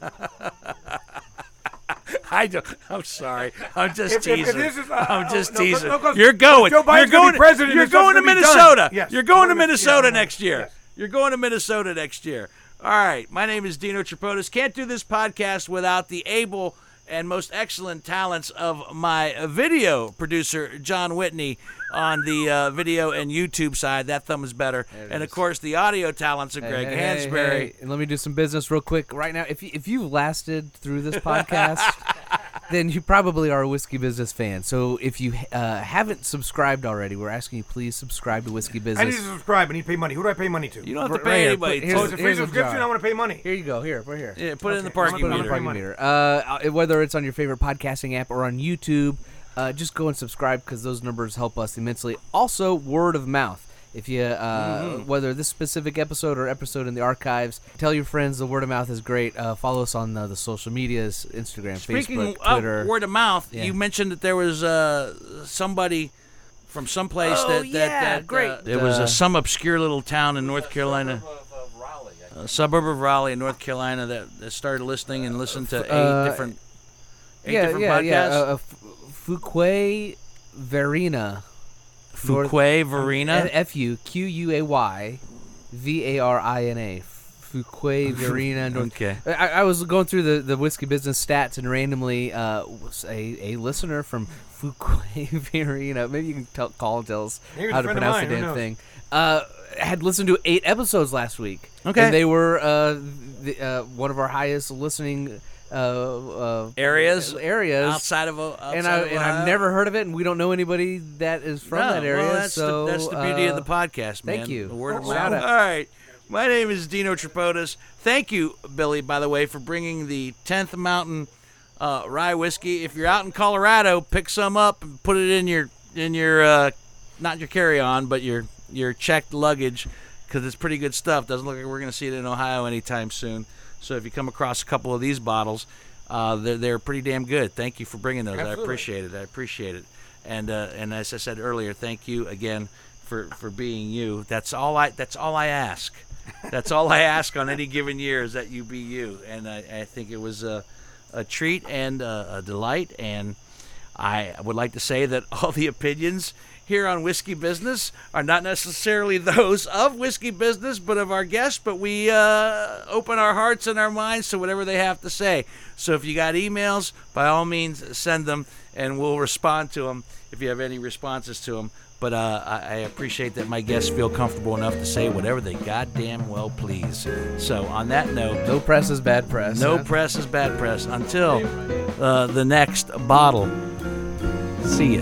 Speaker 2: I don't, I'm sorry. I'm just
Speaker 3: If- if- if
Speaker 2: teasing.
Speaker 3: this is- uh,
Speaker 2: I'm just
Speaker 3: no, no,
Speaker 2: teasing.
Speaker 3: no, 'cause-
Speaker 2: you're going.
Speaker 3: 'cause Joe Biden's
Speaker 2: you're
Speaker 3: gonna
Speaker 2: going.
Speaker 3: be president,
Speaker 2: you're
Speaker 3: it's just
Speaker 2: going to
Speaker 3: gonna be done.
Speaker 2: Minnesota.
Speaker 3: Yes.
Speaker 2: You're going to
Speaker 3: Yeah,
Speaker 2: Minnesota
Speaker 3: yeah,
Speaker 2: next year.
Speaker 3: yes.
Speaker 2: You're going to Minnesota next year. All right. My name is Dino Tripodis. Can't do this podcast without the able and most excellent talents of my video producer, John Whitney, on the uh, video and YouTube side. That thumb is better. And of course, the audio talents of Greg
Speaker 1: Hey, hey,
Speaker 2: Hansberry.
Speaker 1: hey, let me do some business real quick right now. If you, if you've lasted through this podcast, then you probably are a whiskey business fan. So if you uh, haven't subscribed already, we're asking you please subscribe to Whiskey
Speaker 3: I need to
Speaker 1: Business.
Speaker 3: subscribe. I need to pay money. Who do I pay money to?
Speaker 2: You don't have to
Speaker 1: Right
Speaker 2: pay
Speaker 1: here,
Speaker 2: anybody.
Speaker 1: put-
Speaker 2: to-
Speaker 3: oh,
Speaker 1: here's-
Speaker 3: it's a free
Speaker 1: a
Speaker 3: subscription.
Speaker 1: jar.
Speaker 3: I want to pay money.
Speaker 1: Here you go. Here, right here.
Speaker 2: Yeah, put it in the
Speaker 3: Okay, I'm
Speaker 2: parking
Speaker 3: gonna
Speaker 1: Put it on
Speaker 2: meter.
Speaker 1: the
Speaker 3: Parking
Speaker 1: parking meter. Uh, uh, whether it's on your favorite podcasting app or on YouTube, uh, just go and subscribe because those numbers help us immensely. Also, word of mouth. If you, uh,
Speaker 2: Mm-hmm.
Speaker 1: whether this specific episode or episode in the archives, tell your friends. The word of mouth is great. Uh, follow us on uh, the social medias: Instagram,
Speaker 2: Speaking
Speaker 1: Facebook,
Speaker 2: of
Speaker 1: Twitter.
Speaker 2: word of mouth,
Speaker 1: Yeah.
Speaker 2: you mentioned that there was uh, somebody from someplace
Speaker 4: Oh,
Speaker 2: that, that,
Speaker 4: yeah,
Speaker 2: that
Speaker 4: great.
Speaker 2: uh, there was
Speaker 1: Uh,
Speaker 2: a, some obscure little town in North Carolina, a suburb of Raleigh in North Carolina that, that started listening and listened to eight
Speaker 1: uh,
Speaker 2: different, eight
Speaker 1: yeah,
Speaker 2: different
Speaker 1: yeah,
Speaker 2: podcasts.
Speaker 1: yeah. Uh, uh, F- Fuquay Verena. North-
Speaker 2: Fuquay Verena.
Speaker 1: F U Q U A Y V A R I N A. Fuquay Verena. North-
Speaker 2: Okay.
Speaker 1: I, I was going through the, the whiskey business stats and randomly uh, was a, a listener from Fuquay Verena. Maybe you can tell, call and tell us
Speaker 3: Maybe it's
Speaker 1: how
Speaker 3: a
Speaker 1: to
Speaker 3: friend of
Speaker 1: pronounce
Speaker 3: mine,
Speaker 1: the
Speaker 3: who
Speaker 1: damn
Speaker 3: knows?
Speaker 1: thing. Uh, had listened to eight episodes last week.
Speaker 2: Okay.
Speaker 1: And they were uh, the, uh, one of our highest listening uh, uh,
Speaker 2: Areas
Speaker 1: areas
Speaker 2: outside of O- outside
Speaker 1: and I
Speaker 2: of
Speaker 1: and I've
Speaker 2: Ohio.
Speaker 1: never heard of it, and we don't know anybody that is from
Speaker 2: No,
Speaker 1: that area.
Speaker 2: Well, that's,
Speaker 1: so
Speaker 2: the, that's the beauty of
Speaker 1: uh,
Speaker 2: the podcast, man.
Speaker 1: thank you.
Speaker 2: The word of
Speaker 1: Oh,
Speaker 2: mouth.
Speaker 1: shout out.
Speaker 2: All right. My name is Dino Tripodis. Thank you, Billy, by the way, for bringing the 10th Mountain uh, rye whiskey. If you're out in Colorado, pick some up and put it in your in your uh, not your carry-on, but your your checked luggage cuz it's pretty good stuff. Doesn't look like we're going to see it in Ohio anytime soon. So if you come across a couple of these bottles, uh, they're, they're pretty damn good. Thank you for bringing those. I appreciate it. I appreciate it. And uh, and as I said earlier, thank you again for, for being you. That's all I that's all I ask. That's all I ask on any given year is that you be you. And I, I think it was a, a treat and a, a delight. And I would like to say that all the opinions here on Whiskey Business are not necessarily those of Whiskey Business, but of our guests. But we uh, open our hearts and our minds to whatever they have to say. So if you got emails, by all means, send them and we'll respond to them if you have any responses to them. But uh, I, I appreciate that my guests feel comfortable enough to say whatever they goddamn well please. So on that note,
Speaker 1: no press is bad press.
Speaker 2: no
Speaker 1: huh?
Speaker 2: press is bad press until uh, the next bottle. See ya.